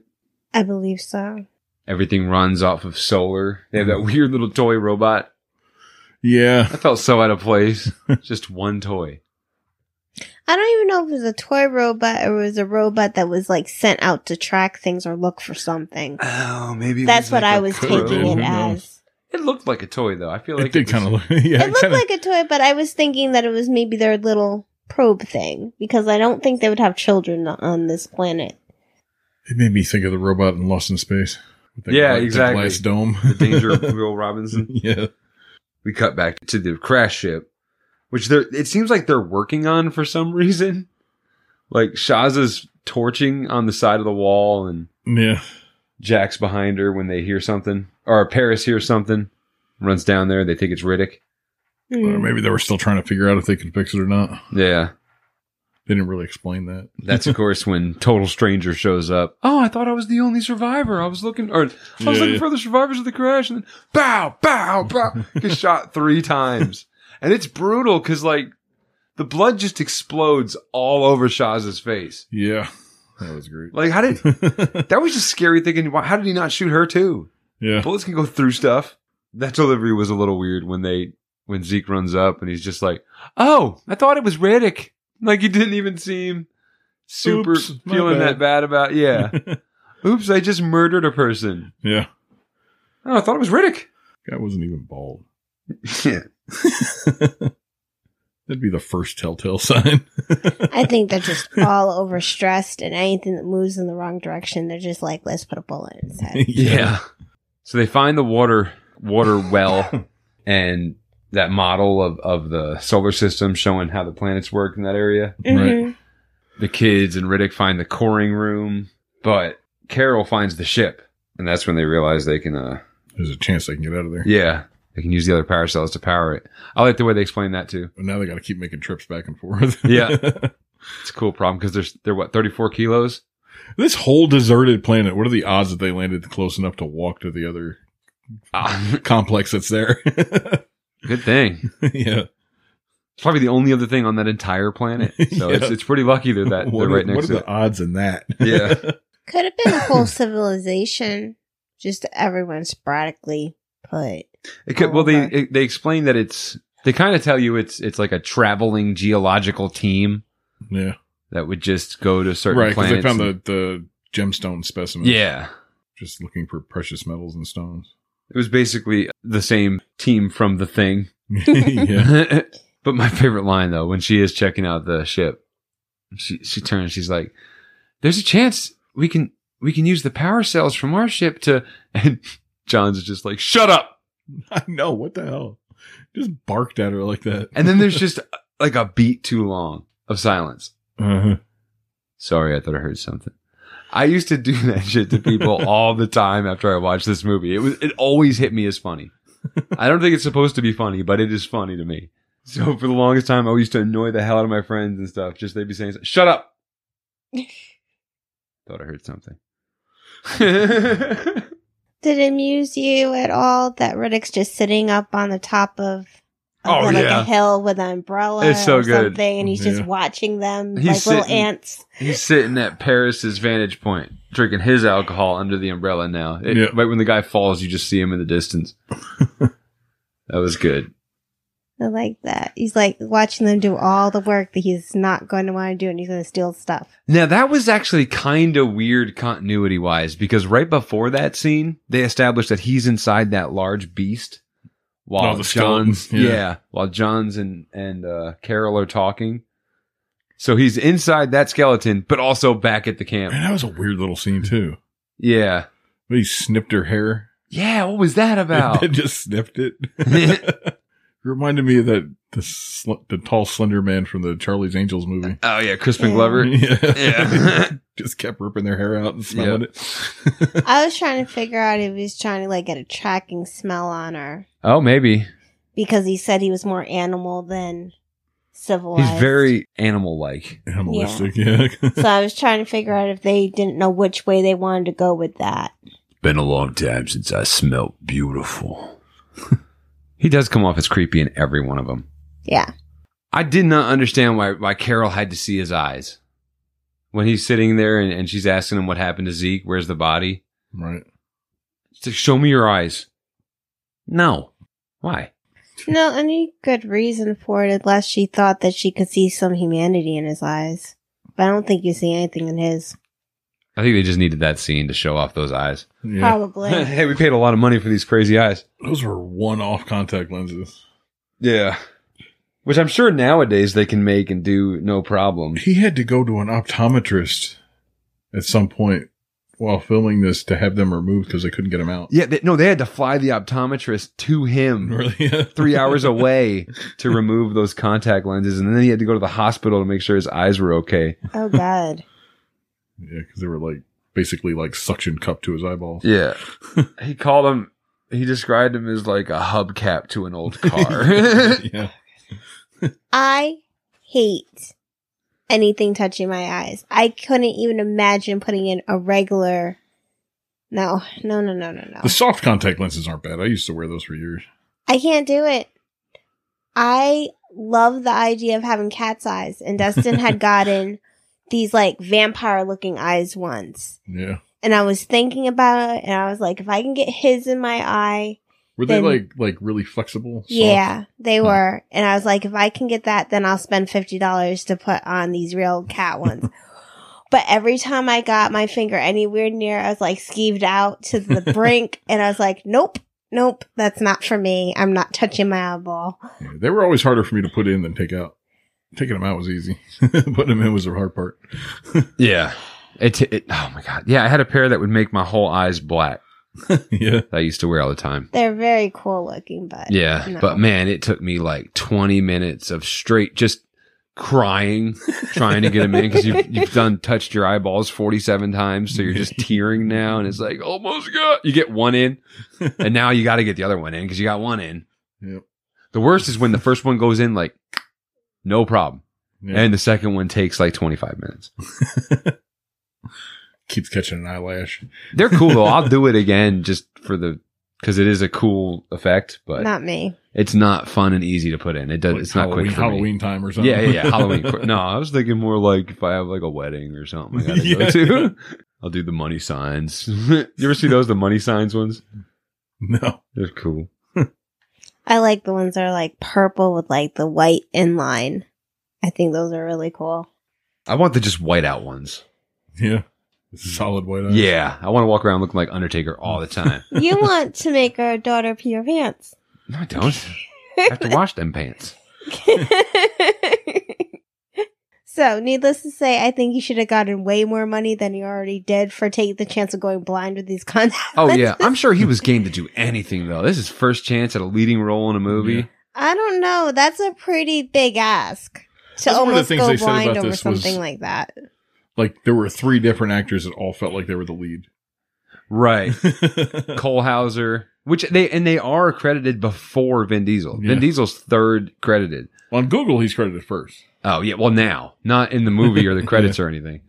S2: I believe so.
S1: Everything runs off of solar. They have that
S3: Mm-hmm.
S1: weird little toy robot.
S3: Yeah.
S1: I felt so out of place. Just one toy.
S2: I don't even know if it was a toy robot or it was a robot that was like sent out to track things or look for something.
S1: Oh, maybe
S2: That's what I was
S3: crow.
S2: taking it
S3: Who
S2: as.
S3: knows?
S1: It looked like a toy though. I feel like
S3: it did
S1: was-
S3: kind of look. Yeah,
S2: it looked
S3: kinda-
S2: like a toy, but I was thinking that it was maybe their little probe thing because I don't think they would have children on this planet.
S3: It made me think of the robot in Lost in Space. With
S1: Yeah,
S3: gla-
S1: exactly.
S3: Glass dome.
S1: the danger of Will Robinson.
S3: yeah.
S1: We cut back to the crash ship, which they're it seems like they're working on for some reason. Like Shaza's torching on the side of the wall and
S3: Yeah.
S1: Jack's behind her when they hear something, or Paris hears something, runs down there. They think it's Riddick.
S2: Hmm.
S3: Or maybe they were still trying to figure out if they could fix it or not.
S1: Yeah,
S3: They didn't really explain that.
S1: that's of course when total stranger shows up. Oh, I thought I was the only survivor. I was looking, or I was
S3: Yeah,
S1: looking
S3: yeah.
S1: for the survivors of the crash, and then bow, bow, bow, gets shot three times, and it's brutal because like the blood just explodes all over Shaz's face.
S3: Yeah. That was great.
S1: Like how did that was just scary thinking? why- How did he not shoot her too?
S3: yeah.
S1: bullets can go through stuff. That delivery was a little weird when they when Zeke runs up and he's just like, "Oh, I thought it was Riddick." Like he didn't even seem super
S3: Oops, my
S1: feeling that
S3: bad.
S1: bad about. Yeah. Oops, I just murdered a person.
S3: Yeah.
S1: Oh, I thought it was Riddick.
S3: Guy wasn't even bald.
S1: Yeah.
S3: That'd be the first telltale sign.
S2: I think they're just all overstressed and anything that moves in the wrong direction, they're just like, let's put a bullet in his head.
S1: So they find the water water well and that model of of the solar system showing how the planets work in that area.
S3: Right.
S2: Mhm.
S1: the kids and Riddick find the coring room, but Carol finds the ship, and that's when they realize they can, uh,
S3: There's a chance they can get out of there.
S1: yeah, they can use the other power cells to power it. I like the way they explain that too.
S3: But now they got to keep making trips back and forth.
S1: Yeah. It's a cool problem because they're they're what thirty four kilos.
S3: This whole deserted planet, what are the odds that they landed close enough to walk to the other
S1: Ah,
S3: complex that's there?
S1: good thing.
S3: yeah.
S1: It's probably the only other thing on that entire planet. So it's
S3: Yeah.
S1: it's pretty lucky they're that
S3: what
S1: they're
S3: are,
S1: right
S3: what
S1: next
S3: are
S1: to
S3: the
S1: it.
S3: odds in that?
S1: Yeah.
S2: Could have been a whole civilization, just everyone sporadically put.
S1: It could, well, they
S2: Okay.
S1: it, they explain that it's they kind of tell you it's it's like a traveling geological team
S3: yeah.
S1: that would just go to certain
S3: Right. Because
S1: planets.
S3: they found
S1: and-
S3: the, the gemstone specimen.
S1: yeah.
S3: Just looking for precious metals and stones.
S1: It was basically the same team from the thing.
S3: yeah.
S1: but my favorite line though, when she is checking out the ship, she she turns, she's like, There's a chance we can we can use the power cells from our ship to and John's just like, Shut up.
S3: I know. What the hell? Just barked at her like that.
S1: And then there's just like a beat too long of silence.
S3: Uh-huh.
S1: Sorry, I thought I heard something. I used to do that shit to people all the time after I watched this movie. It was it always hit me as funny. I don't think it's supposed to be funny, but it is funny to me. So for the longest time, I used to annoy the hell out of my friends and stuff. Just they'd be saying, "Shut up." thought I heard something.
S2: Did it amuse you at all that Riddick's just sitting up on the top of, of
S1: Oh,
S2: like
S1: yeah.
S2: a hill with an umbrella
S1: It's so
S2: or
S1: good.
S2: something, and he's
S3: Yeah.
S2: just watching them
S1: He's
S2: like little
S1: sitting-
S2: ants.
S1: He's sitting at Paris's vantage point, drinking his alcohol under the umbrella. Now, It-
S3: Yeah.
S1: right when the guy falls, you just see him in the distance. that was good.
S2: I like that. He's like watching them do all the work that he's not going to want to do, and he's going to steal stuff.
S1: Now that was actually kind of weird continuity wise because right before that scene, they established that he's inside that large beast while
S3: Oh, the skeleton,
S1: John's yeah.
S3: yeah.
S1: while John's and and uh, Carol are talking. So he's inside that skeleton, but also back at the
S3: Man,
S1: camp.
S3: that was a weird little scene, too.
S1: Yeah,
S3: He snipped her hair.
S1: yeah. What was that about?
S3: And just sniffed it. Reminded me of that the sl- the tall slender man from the Charlie's Angels movie.
S1: oh yeah, Crispin
S2: Yeah.
S1: Glover. Yeah.
S3: Yeah. just kept ripping their hair out and smelling it.
S2: I was trying to figure out if he was trying to like get a tracking smell on her
S1: Oh, maybe
S2: because he said he was more animal than civilized.
S1: he's very animal like.
S3: Animalistic, yeah.
S2: so I was trying to figure out if they didn't know which way they wanted to go with that.
S1: Been a long time since I smelt beautiful. he does come off as creepy in every one of them.
S2: Yeah.
S1: I did not understand why why Carol had to see his eyes when he's sitting there and, and she's asking him what happened to Zeke. Where's the body?
S3: Right.
S1: It's like, show me your eyes. No. Why?
S2: No, any good reason for it unless she thought that she could see some humanity in his eyes. But I don't think you see anything in his.
S1: I think they just needed that scene to show off those eyes.
S3: Yeah.
S2: Probably.
S1: hey, we paid a lot of money for these crazy eyes.
S3: Those were one off contact lenses.
S1: Yeah. Which I'm sure nowadays they can make and do no problem.
S3: He had to go to an optometrist at some point while filming this to have them removed because they couldn't get them out.
S1: Yeah, they, no, they had to fly the optometrist to him.
S3: Really? Yeah.
S1: three hours away to remove those contact lenses, and then he had to go to the hospital to make sure his eyes were okay.
S2: oh God.
S3: Yeah, because they were like basically like suction cup to his eyeballs.
S1: Yeah, he called him. He described him as like a hubcap to an old car.
S3: yeah.
S2: I hate anything touching my eyes. I couldn't even imagine putting in a regular. No, no, no, no, no, no.
S3: The soft contact lenses aren't bad. I used to wear those for years.
S2: I can't do it. I love the idea of having cat's eyes, and Dustin had gotten these like vampire looking eyes once.
S3: Yeah.
S2: And I was thinking about it, and I was like, if I can get his in my eye,
S3: Were they
S2: Then-
S3: like like really flexible? Soft?
S2: yeah, they
S3: Hmm.
S2: were. And I was like, if I can get that, then I'll spend fifty dollars to put on these real cat ones. But every time I got my finger anywhere near, I was like skeeved out to the brink, and I was like, nope, nope, that's not for me. I'm not touching my eyeball.
S3: Yeah, They were always harder for me to put in than take out. Taking them out was easy. Putting them in was the hard part.
S1: yeah. It, it, oh my god. Yeah, I had a pair that would make my whole eyes black.
S3: yeah.
S1: That I used to wear all the time.
S2: They're very cool looking, but
S1: Yeah,
S2: No.
S1: but man, it took me like 20 minutes of straight just crying trying to get them in because you've, you've done touched your eyeballs 47 times so you're just tearing now and it's like almost got you get one in and now you got to get the other one in because you got one in
S3: Yep.
S1: the worst is when the first one goes in like no problem
S3: Yeah.
S1: and the second one takes like 25 minutes.
S3: keeps catching an eyelash.
S1: They're cool though. I'll do it again just for the because it is a cool effect, but
S2: Not me.
S1: it's not fun and easy to put in. It does.
S3: Like
S1: it's not
S3: Halloween,
S1: quick for
S3: Halloween
S1: me.
S3: time or something.
S1: Yeah, yeah, yeah. Halloween. quick. No, I was thinking more like if I have like a wedding or something I gotta
S3: Yeah,
S1: go to. I'll do the money signs. you ever see those the money signs ones?
S3: no.
S1: They're cool.
S2: I like the ones that are like purple with like the white inline. I think those are really cool.
S1: I want the just white out ones.
S3: Yeah. Solid white eyes.
S1: Yeah, I want to walk around looking like Undertaker all the time.
S2: You want to make our daughter pee her pants.
S1: No, I don't. I have to wash them pants.
S2: so, needless to say, I think you should have gotten way more money than you already did for taking the chance of going blind with these contacts.
S1: Oh yeah, I'm sure he was game to do anything though. This is first chance at a leading role in a movie.
S3: Yeah.
S2: I don't know. That's a pretty big ask to
S3: That's one of the
S2: almost
S3: things
S2: go
S3: they said
S2: blind
S3: about
S2: over
S3: this was-
S2: something like that.
S3: Like there were three different actors that all felt like they were the lead.
S1: Right. Cole Hauser, which they and they are credited before Vin Diesel.
S3: Yeah.
S1: Vin Diesel's third credited.
S3: On Google, he's credited first.
S1: Oh yeah, well now, not in the movie or the credits or anything.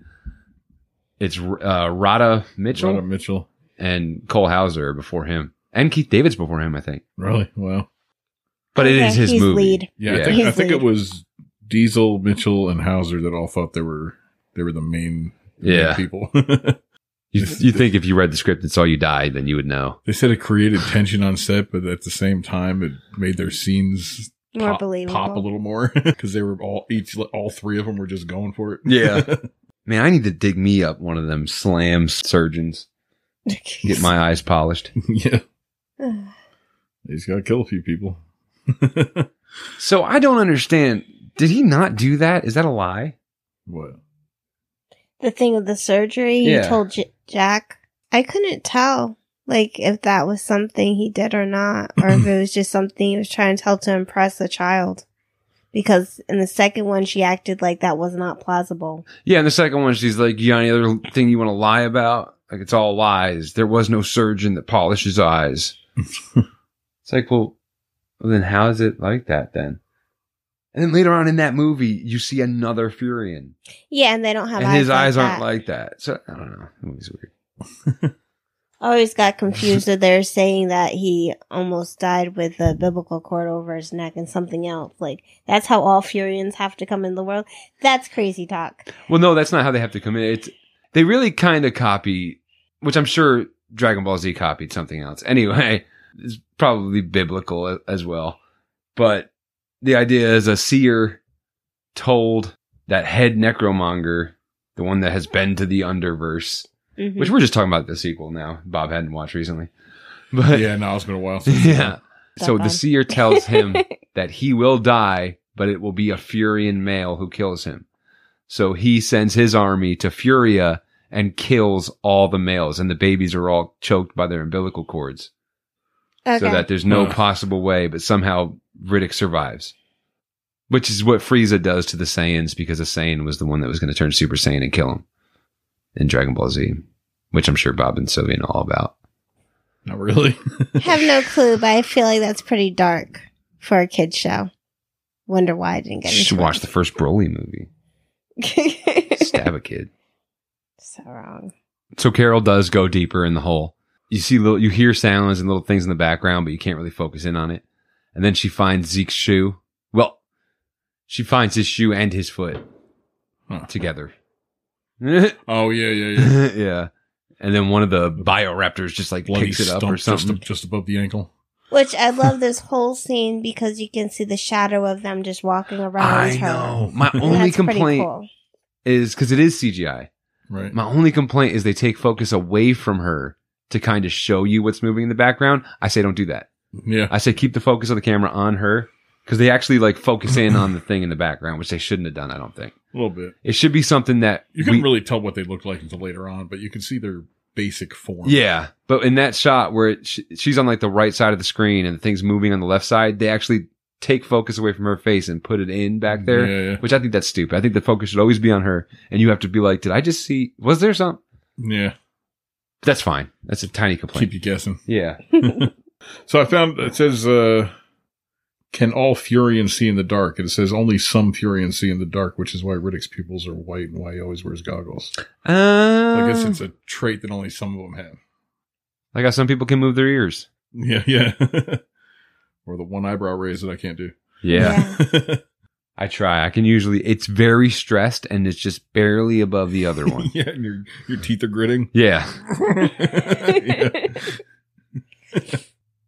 S1: It's uh, Rada Mitchell
S3: Rhoda Mitchell.
S1: and Cole Hauser before him, and Keith David's before him, I think.
S3: Really? Wow.
S1: But it
S2: Okay,
S1: is his
S2: he's
S1: movie.
S2: lead.
S3: Yeah,
S1: Yeah.
S3: I think, I
S2: He's
S3: think
S2: lead.
S3: it was Diesel, Mitchell, and Hauser that all thought they were they were the main, the main
S1: Yeah.
S3: people.
S1: You, you think if you read the script and saw you die, then you would know.
S3: they said it created tension on set, but at the same time, it made their scenes
S2: More
S3: pop,
S2: believable.
S3: pop a little more because they were all each all three of them were just going for it.
S1: Yeah. Man, I need to dig me up one of them slam surgeons. Get my eyes polished.
S3: yeah. He's got to kill a few people.
S1: So I don't understand. Did he not do that? Is that a lie?
S3: What?
S2: the thing with the surgery
S1: Yeah.
S2: he told J- Jack. I couldn't tell like if that was something he did or not, or if it was just something he was trying to tell to impress the child. Because in the second one, she acted like that was not plausible.
S1: Yeah, and the second one, she's like, "You got any other thing you want to lie about? Like, it's all lies. There was no surgeon that polishes eyes." it's like, well, well, then how is it like that then? And then later on in that movie, you see another Furian,
S2: Yeah, and they don't have
S1: and
S2: eyes.
S1: his eyes
S2: like
S1: aren't
S2: that.
S1: like that. So I don't know. It was weird.
S2: I always got confused that they're saying that he almost died with a biblical cord over his neck and something else. Like that's how all Furians have to come in the world. That's crazy talk.
S1: Well, no, that's not how they have to come in. It's they really kind of copy, which I'm sure Dragon Ball Z copied something else. Anyway, it's probably biblical a- as well. But the idea is a seer told that head necromonger, the one that has been to the underverse,
S2: Mhm.
S1: which we're just talking about the sequel now. Bob hadn't watched recently, but
S3: Yeah, no, it's been a while. Since
S1: yeah. So
S2: Doggone.
S1: the seer tells him that he will die, but it will be a Furian male who kills him. So he sends his army to Furia and kills all the males, and the babies are all choked by their umbilical cords,
S2: okay.
S1: so that there's no
S3: Ugh.
S1: possible way. But somehow Riddick survives, which is what Frieza does to the Saiyans because the Saiyan was the one that was going to turn Super Saiyan and kill him in Dragon Ball Z, which I'm sure Bob and Sylvia know all about.
S3: Not really.
S2: have no clue, but I feel like that's pretty dark for a kids show. Wonder why I didn't
S1: You
S2: get
S1: should
S2: into
S1: watch the first Broly movie.
S2: it.
S1: Stab a kid.
S2: so wrong.
S1: So Carol does go deeper in the hole. You see little, you hear sounds and little things in the background, but you can't really focus in on it. And then she finds Zeke's shoe. Well, she finds his shoe and his foot
S3: Huh.
S1: together.
S3: Oh yeah, yeah, yeah.
S1: yeah. And then one of the bioraptors just like
S3: Bloody
S1: picks it
S3: stump
S1: up or
S3: just,
S1: something.
S3: ab- just above the ankle.
S2: Which I love this whole scene because you can see the shadow of them just walking around.
S1: I
S2: her.
S1: know. My
S2: And
S1: only
S2: that's pretty
S1: complaint
S2: cool.
S1: is because it is CGI.
S3: Right.
S1: My only complaint is they take focus away from her to kind of show you what's moving in the background. I say don't do that.
S3: yeah.
S1: I say keep the focus of the camera on her because they actually like focus in on the thing in the background, which they shouldn't have done. I don't think
S3: A little bit.
S1: it should be something that
S3: You couldn't
S1: we-
S3: really tell what they looked like until later on, but you can see their basic form.
S1: yeah. But in that shot where it, sh- she's on like the right side of the screen and the thing's moving on the left side, they actually take focus away from her face and put it in back there,
S3: Yeah, yeah.
S1: which I think that's stupid. I think the focus should always be on her, and you have to be like, did I just see? Was there something?
S3: Yeah.
S1: That's fine. That's a tiny complaint.
S3: Keep you guessing.
S1: yeah.
S3: So I found it says uh Can all Furians see in the dark? And it says only some Furians see in the dark, which is why Riddick's pupils are white and why he always wears goggles. So
S1: Um,
S3: I
S1: Uh.
S3: guess it's a trait that only some of them have.
S1: like how some people can move their ears.
S3: Yeah, yeah. or the one eyebrow raise that I can't do.
S1: yeah. I try. I can usually. It's very stressed, and it's just barely above the other one.
S3: yeah, and your your teeth are gritting.
S1: yeah.
S3: yeah.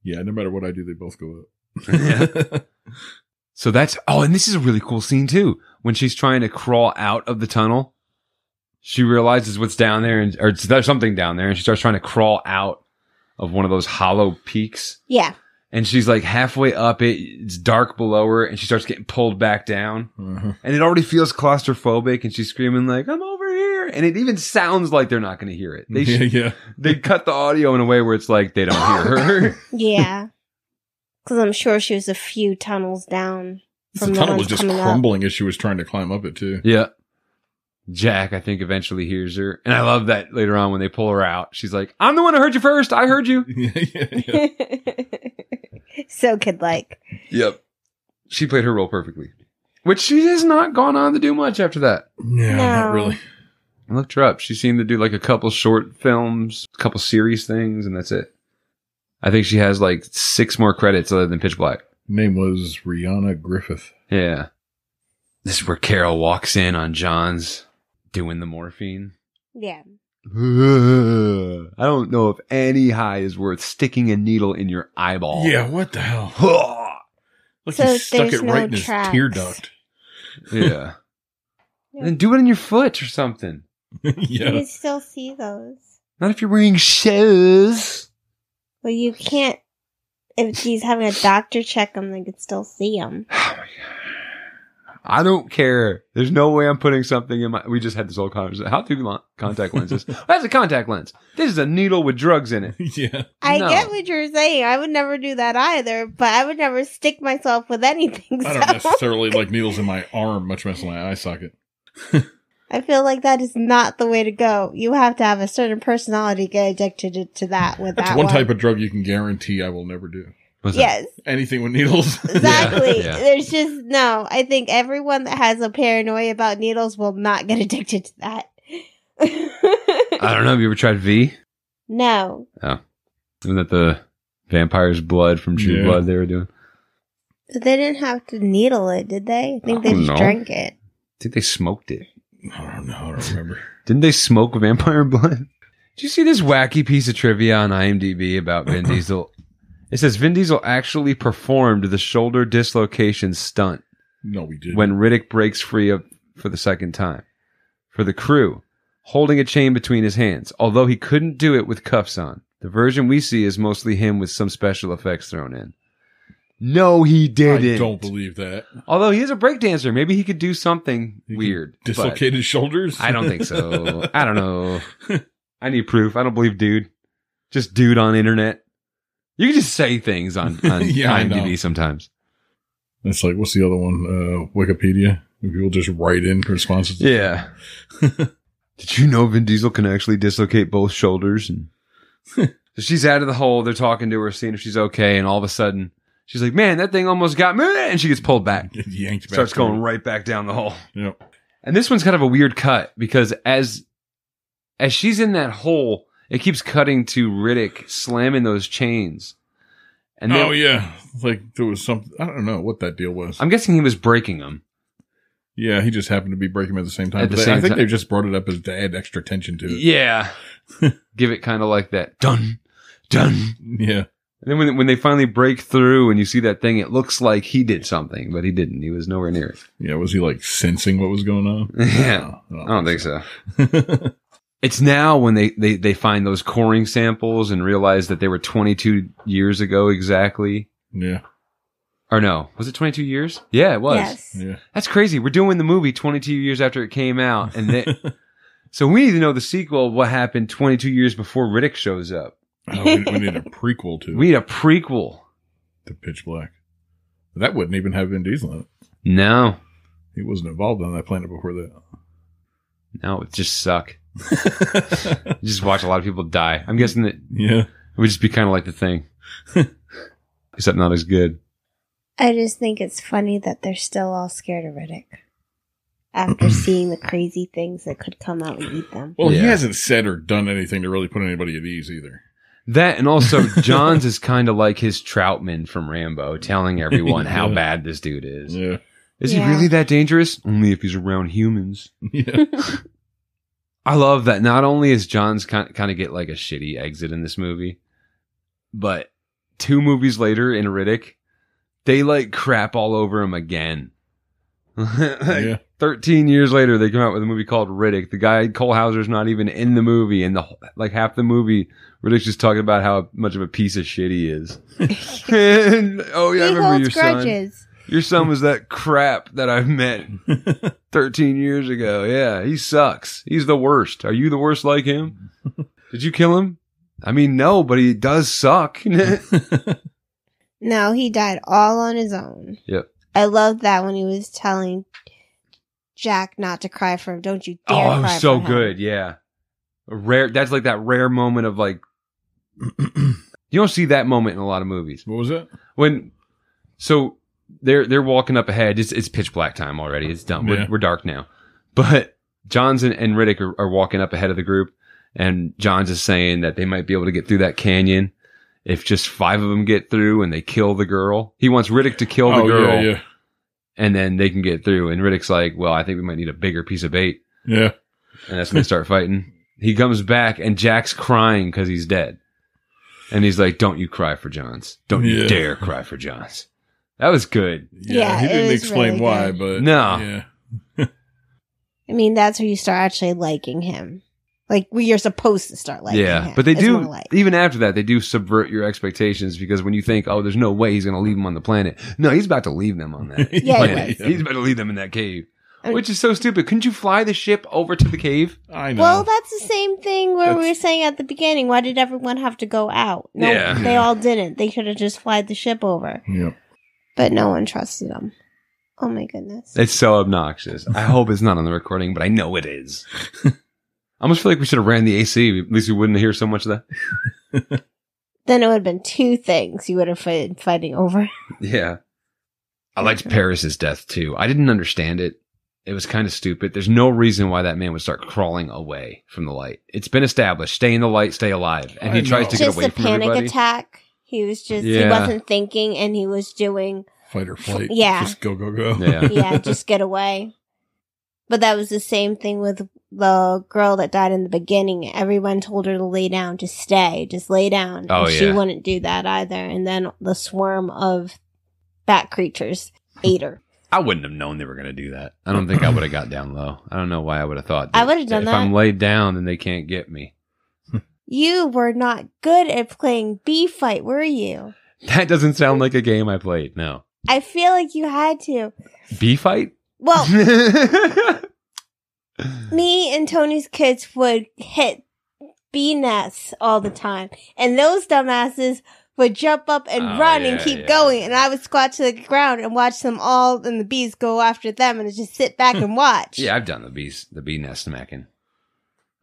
S3: yeah, no matter what I do, they both go up.
S1: So that's oh, and this is a really cool scene too. When she's trying to crawl out of the tunnel, she realizes what's down there, and or there's something down there, and she starts trying to crawl out of one of those hollow peaks.
S2: Yeah.
S1: And she's like halfway up it. It's dark below her, and she starts getting pulled back down.
S3: Uh-huh.
S1: And it already feels claustrophobic, and she's screaming like, "I'm over here!" And it even sounds like they're not going to hear it. They
S3: yeah,
S1: should
S3: yeah.
S1: they cut the audio in a way where it's like they don't hear her.
S2: Yeah. Because I'm sure she was a few tunnels down.
S3: The
S2: the
S3: tunnel was
S2: ones
S3: just
S2: coming up.
S3: crumbling as she was trying to climb up it too.
S1: yeah. Jack, I think, eventually hears her. And I love that later on when they pull her out. She's like, I'm the one who heard you first. I heard you.
S3: yeah, yeah, yeah.
S2: so kid like.
S1: Yep. She played her role perfectly. Which she has not gone on to do much after that.
S3: No,
S2: No.
S3: not really.
S1: I looked her up. She seemed to do like a couple short films, a couple series things, and that's it. I think she has like six more credits other than Pitch Black.
S3: Name was Rihanna Griffith.
S1: Yeah. This is where Carol walks in on John's doing the morphine.
S2: Yeah.
S1: I don't know if any high is worth sticking a needle in your eyeball.
S3: Yeah, what the hell? Look,
S2: So
S3: he stuck
S2: there's
S3: it right
S2: no
S3: in his
S2: tracks.
S3: tear duct.
S1: yeah. And then do it in your foot or something.
S2: You
S3: yeah.
S2: can still see those.
S1: Not if you're wearing shoes.
S2: Well, you can't. If she's having a doctor check them, they could still see them.
S1: Oh my God. I don't care. There's no way I'm putting something in my. We just had this whole conversation. How do you want contact lenses? That's a contact lens. This is a needle with drugs in it.
S3: yeah.
S2: I
S1: No.
S2: get what you're saying. I would never do that either, but I would never stick myself with anything.
S3: I don't
S2: so
S3: necessarily like needles in my arm, much less in my eye socket.
S2: I feel like that is not the way to go. You have to have a certain personality to get addicted to- to that with
S3: That's
S2: that
S3: one
S2: one.
S3: type of drug you can guarantee I will never do.
S1: What's that?
S2: Yes,
S3: Anything with needles.
S2: exactly.
S1: Yeah.
S2: There's just no. I think everyone that has a paranoia about needles will not get addicted to that.
S1: I don't know. Have you ever tried V?
S2: no,
S1: Isn't that the vampire's blood from True
S3: Yeah.
S1: Blood they were doing?
S2: But they didn't have to needle it, did they? I think they
S1: Oh,
S2: just
S1: no.
S2: drank it.
S1: I think they smoked it.
S3: I don't know. I don't remember.
S1: Didn't they smoke vampire blood? Did you see this wacky piece of trivia on IMDb about Vin Diesel? It says Vin Diesel actually performed the shoulder dislocation stunt
S3: No, we did.
S1: when Riddick breaks free of, for the second time for the crew, holding a chain between his hands, although he couldn't do it with cuffs on. The version we see is mostly him with some special effects thrown in. No, he
S3: I
S1: didn't.
S3: don't believe that.
S1: Although he is a breakdancer, maybe he could do something
S3: He could
S1: weird. but-
S3: Dislocated shoulders?
S1: I don't think so. I don't know. I need proof. I don't believe dude. Just dude on internet. You can just say things on, on
S3: Yeah, I know.
S1: IMDb sometimes.
S3: It's like, what's the other one? Uh, Wikipedia. And People just write in responses.
S1: Yeah. Did you know Vin Diesel can actually dislocate both shoulders? And so she's out of the hole. They're talking to her, seeing if she's okay. And all of a sudden, she's like, "Man, that thing almost got me!" And she gets pulled back,
S3: Get yanked back.
S1: starts
S3: through.
S1: going right back down the hole.
S3: Yep.
S1: And this one's kind of a weird cut because as as she's in that hole, it keeps cutting to Riddick slamming those chains. And then,
S3: oh, yeah. Like, there was something. I don't know what that deal was.
S1: I'm guessing he was breaking them.
S3: yeah, he just happened to be breaking at the same time.
S1: At the
S3: But they-
S1: same
S3: I think
S1: time.
S3: they just brought it up as to add extra tension to it.
S1: Yeah. Give it kind of like that. Dun, dun.
S3: Yeah.
S1: And then when, when they finally break through and you see that thing, it looks like he did something, but he didn't. He was nowhere near it.
S3: Yeah. Was he like sensing what was going on?
S1: Yeah.
S3: No,
S1: I don't think so.
S3: so.
S1: It's now when they, they, they find those coring samples and realize that they were 22 years ago exactly.
S3: yeah.
S1: Or no, was it 22 years? Yeah, it was.
S2: Yes.
S3: Yeah.
S1: That's crazy. We're doing the movie 22 years after it came out. And they, so we need to know the sequel of what happened 22 years before Riddick shows up.
S3: Oh, we, we need a prequel to
S1: We need a prequel.
S3: to Pitch Black. That wouldn't even have Vin Diesel in it.
S1: No,
S3: He wasn't involved on that planet before
S1: no, it would just suck.
S3: that.
S1: You just watch a lot of people die. I'm guessing that it
S3: yeah.
S1: would just be kind of like the thing, except not as good.
S2: I just think it's funny that they're still all scared of Riddick after seeing the crazy things that could come out and eat them.
S3: Well, he
S1: Yeah.
S3: hasn't said or done anything to really put anybody at ease either.
S1: That and also John's is kind of like his Troutman from Rambo, telling everyone how
S3: Yeah.
S1: bad this dude is.
S3: Yeah.
S1: Is
S2: Yeah.
S1: he really that dangerous? Only if he's around humans.
S3: Yeah.
S1: I love that. Not only is John's kind kind of get like a shitty exit in this movie, but two movies later in Riddick, they like crap all over him again. Like,
S3: yeah.
S1: Thirteen years later, they come out with a movie called Riddick. The guy Cole Hauser's not even in the movie, and the wh- like half the movie, Riddick's just talking about how much of a piece of shit he is. And, oh yeah, I
S2: he
S1: remember
S2: holds
S1: your son.
S2: grudges.
S1: Your son was that crap that I met 13 years ago. Yeah, he sucks. He's the worst. Are you the worst like him? Did you kill him? I mean, no, but he does suck. Oh,
S2: No, he died all on his own.
S1: Yep.
S2: I loved that when he was telling Jack not to cry for him. Don't you dare
S1: oh, it
S2: cry
S1: was so
S2: for him.
S1: good. Yeah. A Rare. That's like that rare moment of like, you don't see that moment in a lot of movies.
S3: What was that?
S1: When, so they're, they're walking up ahead. It's, it's pitch black time already. It's done. We're,
S3: Yeah.
S1: we're dark now. But Johns and, and Riddick are, are walking up ahead of the group. And Johns is saying that they might be able to get through that canyon if just five of them get through and they kill the girl. He wants Riddick to kill Oh, the girl.
S3: Oh, yeah, yeah.
S1: and then they can get through. And Riddick's like, "Well, I think we might need a bigger piece of bait,"
S3: Yeah.
S1: and that's when they start fighting. He comes back, and Jack's crying because he's dead, and he's like, "Don't you cry for Johns? Don't you
S3: Yeah.
S1: dare cry for Johns." That was good.
S3: Yeah.
S2: Yeah,
S3: he
S2: it
S3: didn't
S2: was
S3: explain
S2: really
S3: why,
S2: good.
S3: but
S1: No.
S3: Yeah.
S2: I mean, that's where you start actually liking him. Like we you're supposed to start liking
S1: yeah,
S2: him.
S1: but they
S2: It's more
S1: do
S2: like-
S1: even after that, they do subvert your expectations because when you think, "Oh, there's no way he's going to leave them on the planet," no, he's about to leave them on that
S2: Yeah, he
S1: planet.
S3: Yeah.
S1: He's about to leave them in that cave,
S2: I-
S1: which is so stupid. Couldn't you fly the ship over to the cave?
S3: I know.
S2: Well, that's the same thing where we
S3: That's-
S2: were saying at the beginning. Why did everyone have to go out? No,
S1: Yeah.
S2: they all didn't. They could have just flied the ship over,
S3: yeah.
S2: but no one trusted them. Oh my goodness!
S1: It's so obnoxious. I hope it's not on the recording, but I know it is. I almost feel like we should have ran the AC. At least we wouldn't hear so much of that.
S2: then it would have been two things you would have been fighting over.
S1: Yeah. I liked Paris's death too. I didn't understand it. It was kind of stupid. There's no reason why that man would start crawling away from the light. It's been established. Stay in the light, stay alive. And he
S3: I
S1: tries
S3: know.
S1: to get
S2: just
S1: away
S2: a
S1: from
S2: panic
S1: everybody.
S2: attack. He was just he
S1: Yeah.
S2: wasn't thinking, and he was doing
S3: Fight or flight.
S2: Yeah.
S3: Just go, go, go.
S1: Yeah.
S2: yeah, just get away. But that was the same thing with the girl that died in the beginning. Everyone told her to lay down, just stay, just lay down.
S1: Oh,
S2: and She
S1: yeah.
S2: wouldn't do that either. And then the swarm of bat creatures ate her.
S1: I wouldn't have known they were going to do that. I don't think I would have got down low. I don't know why I would have thought.
S2: I would have done
S1: if
S2: that.
S1: I'm laid down, then they can't get me.
S2: You were not good at playing bee fight, were you?
S1: That doesn't sound like a game I played. No.
S2: I feel like you had to.
S1: Bee fight?
S2: Well, Oh. me and Tony's kids would hit bee nests all the time, and those dumbasses would jump up and
S1: Oh,
S2: run and
S1: yeah,
S2: keep
S1: yeah.
S2: going, and I would squat to the ground and watch them all and the bees go after them, and just sit back and watch.
S1: yeah, I've done the bees, the bee nest smacking.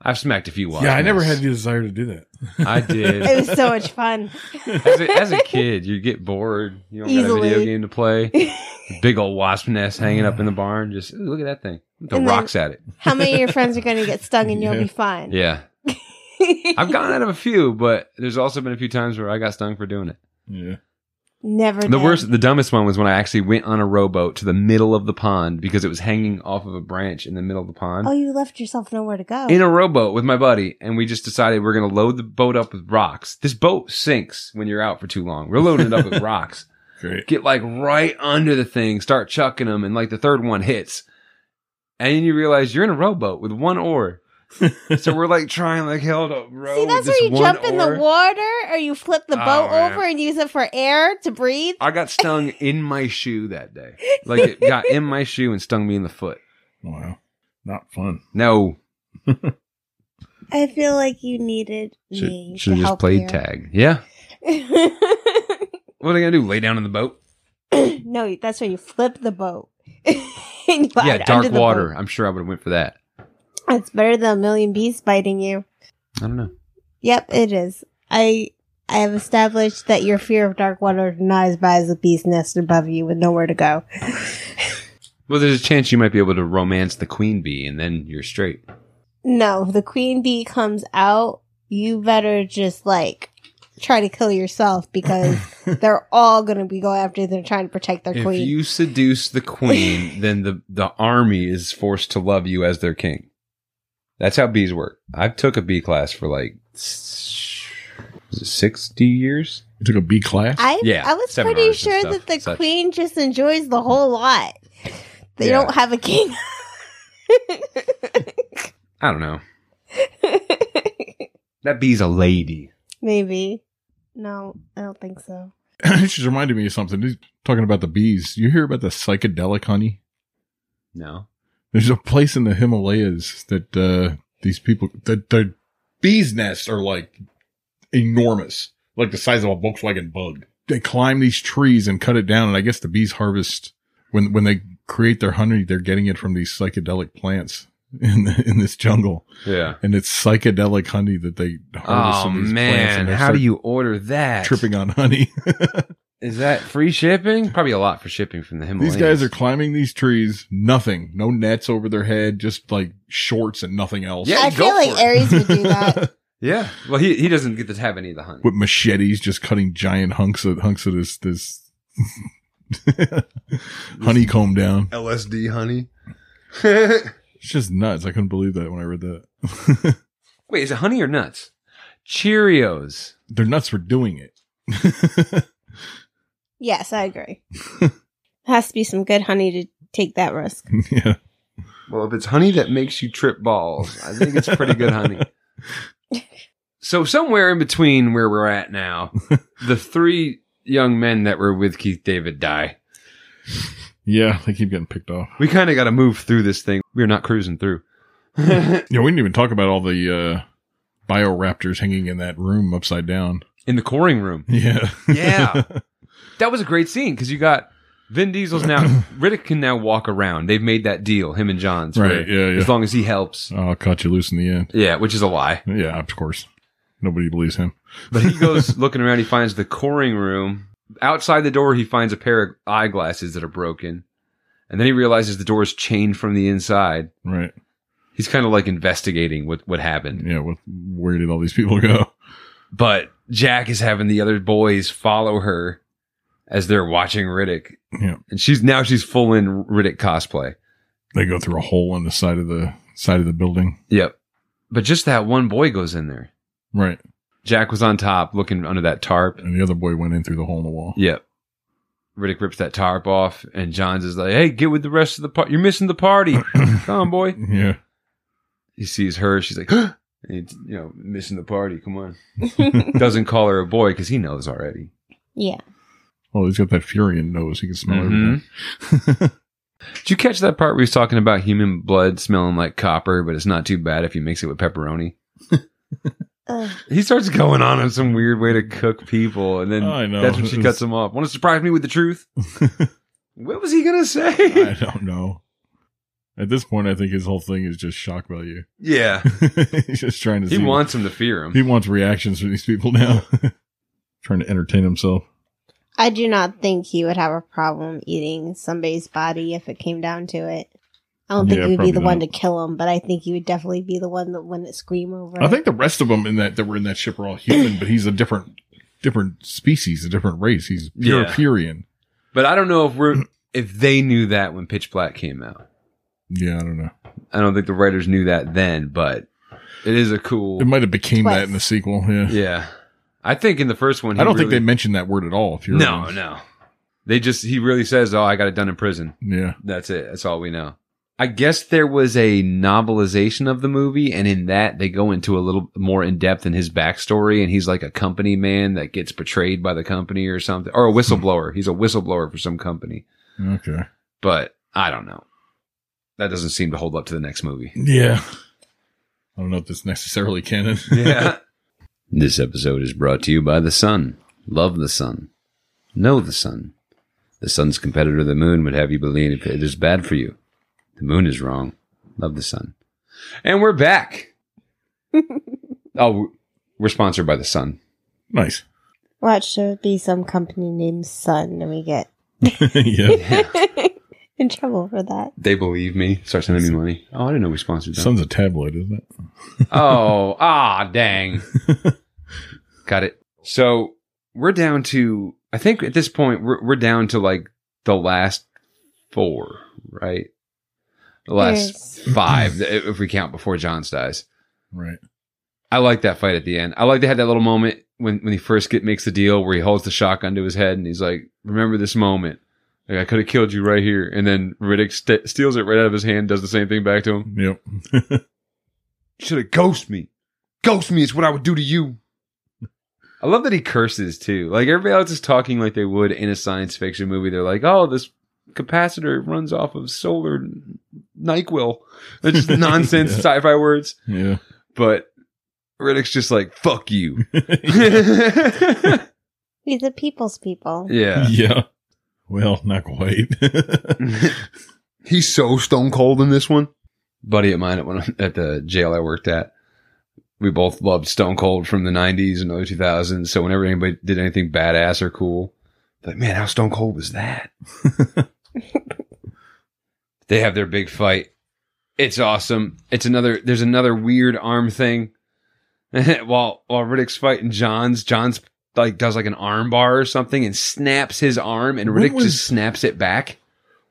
S1: I've smacked a few wasp
S3: Yeah, I never had
S1: nests.
S3: the desire to do that.
S1: I did.
S2: it was so much fun.
S1: As a, as a kid, you get bored. You don't got a video
S2: Easily.
S1: game to play. Big old wasp nest hanging up in the barn. Just "Ooh, look at that thing. The
S2: And then-
S1: rocks at it.
S2: How many of your friends are going to get stung, and you'll
S3: Yeah.
S2: be fine?
S1: Yeah, I've gotten out of a few, but there's also been a few times where I got stung for doing it.
S3: Yeah.
S2: Never.
S1: The
S2: done.
S1: worst, the dumbest one was when I actually went on a rowboat to the middle of the pond because it was hanging off of a branch in the middle of the pond.
S2: Oh, you left yourself nowhere to go.
S1: in a rowboat with my buddy, and we just decided we're gonna load the boat up with rocks. This boat sinks when you're out for too long. We're loading it up with rocks.
S3: Great.
S1: Get like right under the thing, start chucking them, and like the third one hits, and then you realize you're in a rowboat with one oar. so we're like trying like hell to row.
S2: See,
S1: with
S2: that's
S1: this
S2: where you
S1: one
S2: jump in the
S1: oar.
S2: water, or you flip the
S1: Oh,
S2: boat
S1: man.
S2: over and use it for air to breathe.
S1: I got stung in my shoe that day. Like it got in my shoe and stung me in the foot.
S3: Wow. Not fun.
S1: No,
S2: I feel like you needed me.
S1: should have
S2: to
S1: just
S2: help
S1: played
S2: you.
S1: tag. Yeah. What are they gonna do? Lay down in the boat?
S2: no, that's where you flip the boat. And you
S1: yeah,
S2: hide under
S1: dark
S2: the
S1: water.
S2: boat.
S1: I'm sure I would have went for that.
S2: That's better than a million bees biting you.
S1: I don't know.
S2: Yep, it is. I I have established that your fear of dark water denies by as a bee's nest above you with nowhere to go.
S1: Well, there's a chance you might be able to romance the queen bee, and then you're straight.
S2: No, the queen bee comes out. You better just like try to kill yourself because they're all going to be going after you. They're trying to protect their
S1: If
S2: queen.
S1: you seduce the queen, then the the army is forced to love you as their king. That's how bees work. I took a bee class for like s- was it sixty years.
S3: You took a B class.
S2: I
S1: Yeah,
S2: I was
S1: seminars
S2: pretty
S1: and
S2: sure
S1: stuff,
S2: that the
S1: such.
S2: queen just enjoys the whole lot. They
S1: Yeah.
S2: don't have a king.
S1: I don't know. That bee's a lady.
S2: Maybe. No, I don't think so.
S3: It just reminded me of something. He's talking about the bees. You hear about the psychedelic honey?
S1: No.
S3: There's a place in the Himalayas that uh, these people that the bees' nests are like enormous, like the size of a Volkswagen Bug. They climb these trees and cut it down, and I guess the bees harvest when when they create their honey. They're getting it from these psychedelic plants in the, in this jungle,
S1: Yeah.
S3: and it's psychedelic honey that they harvest
S1: Oh
S3: from these plants.
S1: man,
S3: and they
S1: how
S3: start
S1: do you order that?
S3: tripping on honey?
S1: Is that free shipping? Probably a lot for shipping from the Himalayas.
S3: These guys are climbing these trees, nothing, no nets over their head, just like shorts and nothing else.
S1: Yeah,
S2: I
S1: go
S2: feel like
S1: for it.
S2: Aries would do that.
S1: Yeah. Well, he he doesn't get to have any of the honey.
S3: With machetes, just cutting giant hunks of hunks of this this honeycomb down.
S1: LSD honey.
S3: It's just nuts. I couldn't believe that when I read that.
S1: Wait, is it honey or nuts? Cheerios.
S3: They're nuts for doing it.
S2: Yes, I agree. Has to be some good honey to take that risk.
S3: yeah.
S1: Well, if it's honey that makes you trip balls, I think it's pretty good honey. So somewhere in between where we're at now, the three young men that were with Keith David die.
S3: Yeah, they keep getting picked off.
S1: We kind of got to move through this thing. We're not cruising through. in
S3: Yeah, we didn't even talk about all the uh bioraptors hanging in that room upside down.
S1: the coring room.
S3: Yeah.
S1: Yeah. that was a great scene because you got Vin Diesel's now Riddick can now walk around. They've made that deal, him and John's,
S3: right.
S1: where
S3: Yeah, yeah.
S1: As long as he helps.
S3: Oh, I caught you loose in the end.
S1: Yeah, which is a lie.
S3: Yeah, of course. Nobody believes him.
S1: But he goes looking around. He finds the coring room. Outside the door, he finds a pair of eyeglasses that are broken. And then he realizes the door is chained from the inside.
S3: Right.
S1: He's kind of like investigating what, what happened.
S3: Yeah. What, where did all these people go?
S1: But Jack is having the other boys follow her as they're watching Riddick.
S3: Yeah.
S1: And she's now she's full in Riddick cosplay.
S3: They go through a hole in the side of the side of the building.
S1: Yep. But just that one boy goes in there.
S3: Right.
S1: Jack was on top looking under that tarp.
S3: And the other boy went in through the hole in the wall.
S1: Yep. Riddick rips that tarp off, and Johns is like, "Hey, get with the rest of the party. You're missing the party. Come on, boy."
S3: Yeah.
S1: He sees her. She's like, and he's, "You know, missing the party. Come on." Doesn't call her a boy because he knows already.
S2: Yeah.
S3: Oh, he's got that Furion nose. He can smell
S1: Mhm.
S3: everything.
S1: Did you catch that part where he's talking about human blood smelling like copper, but it's not too bad if you mix it with pepperoni?
S2: Ugh.
S1: He starts going on in some weird way to cook people, and then
S3: I know.
S1: that's when she cuts him off. Want to surprise me with the truth? what was he gonna
S3: I
S1: say?
S3: don't know. At this point, I think his whole thing is just shock value.
S1: yeah,
S3: he's just trying to
S1: he
S3: see.
S1: wants him to fear him.
S3: he wants reactions from these people now. trying to entertain himself.
S2: I do not think he would have a problem eating somebody's body if it came down to it. I don't think
S3: Yeah,
S2: he would be
S3: probably
S2: the one to
S3: not.
S2: kill him, but I think he would definitely be the one that wouldn't scream over.
S3: I
S2: it.
S3: think the rest of them in that that were in that ship are all human, but he's a different different species, a different race. He's pure
S1: Yeah.
S3: Furion.
S1: But I don't know if we're if they knew that when Pitch Black came out.
S3: Yeah, I don't know.
S1: I don't think the writers knew that then, but it is a cool.
S3: It might have became that in the
S2: Twice.
S3: sequel. Yeah,
S1: Yeah, I think in the first one, he
S3: I don't think
S1: really-
S3: they mentioned that word at all. Furion.
S1: No, no, they just he really says, "Oh, I got it done in prison."
S3: Yeah,
S1: That's it. That's all we know. I guess there was a novelization of the movie, and in that they go into a little more in depth in his backstory, and he's like a company man that gets betrayed by the company or something, or a whistleblower. He's a whistleblower for some company.
S3: okay.
S1: but I don't know. That doesn't seem to hold up to the next movie.
S3: Yeah, I don't know if that's necessarily canon.
S1: Yeah. this episode is brought to you by the sun. Love the sun. Know the sun. The sun's competitor, the moon, would have you believe it is bad for you. The moon is wrong. Love the sun. And we're back. oh, we're sponsored by the sun.
S3: nice.
S2: Watch, there would be some company named Sun, and we get
S3: yeah.
S1: Yeah.
S2: in trouble for that.
S1: They believe me. Start sending me money. Oh, I didn't know we sponsored that.
S3: Sun's a tabloid, isn't it?
S1: oh, ah, dang. Got it. So we're down to, I think at this point, we're, we're down to like the last four, right? The last five, if we count before John's dies.
S3: right.
S1: I like that fight at the end. I like they had that little moment when, when he first get, makes the deal where he holds the shotgun to his head and he's like, remember this moment. Like, I could have killed you right here. And then Riddick st- steals it right out of his hand, does the same thing back to him.
S3: Yep.
S1: should have ghost me. Ghost me is what I would do to you. I love that he curses too. Like everybody else is talking like they would in a science fiction movie. They're like, "Oh, this capacitor runs off of solar Nyquil." That's just nonsense
S3: Yeah.
S1: sci-fi words.
S3: Yeah.
S1: But Riddick's just like, "Fuck you."
S3: yeah.
S1: yeah.
S2: He's a people's people.
S3: Well, not quite.
S1: He's so stone cold in this one. Buddy of mine at one at the jail I worked at, we both loved Stone Cold from the '90s and early 2000s. So whenever anybody did anything badass or cool, like man, how Stone Cold was that? they have their big fight. It's awesome. It's another. There's another weird arm thing. while while Riddick's fighting John's, John's like does like an arm bar or something and snaps his arm, and
S3: What
S1: Riddick
S3: was-
S1: just snaps it back.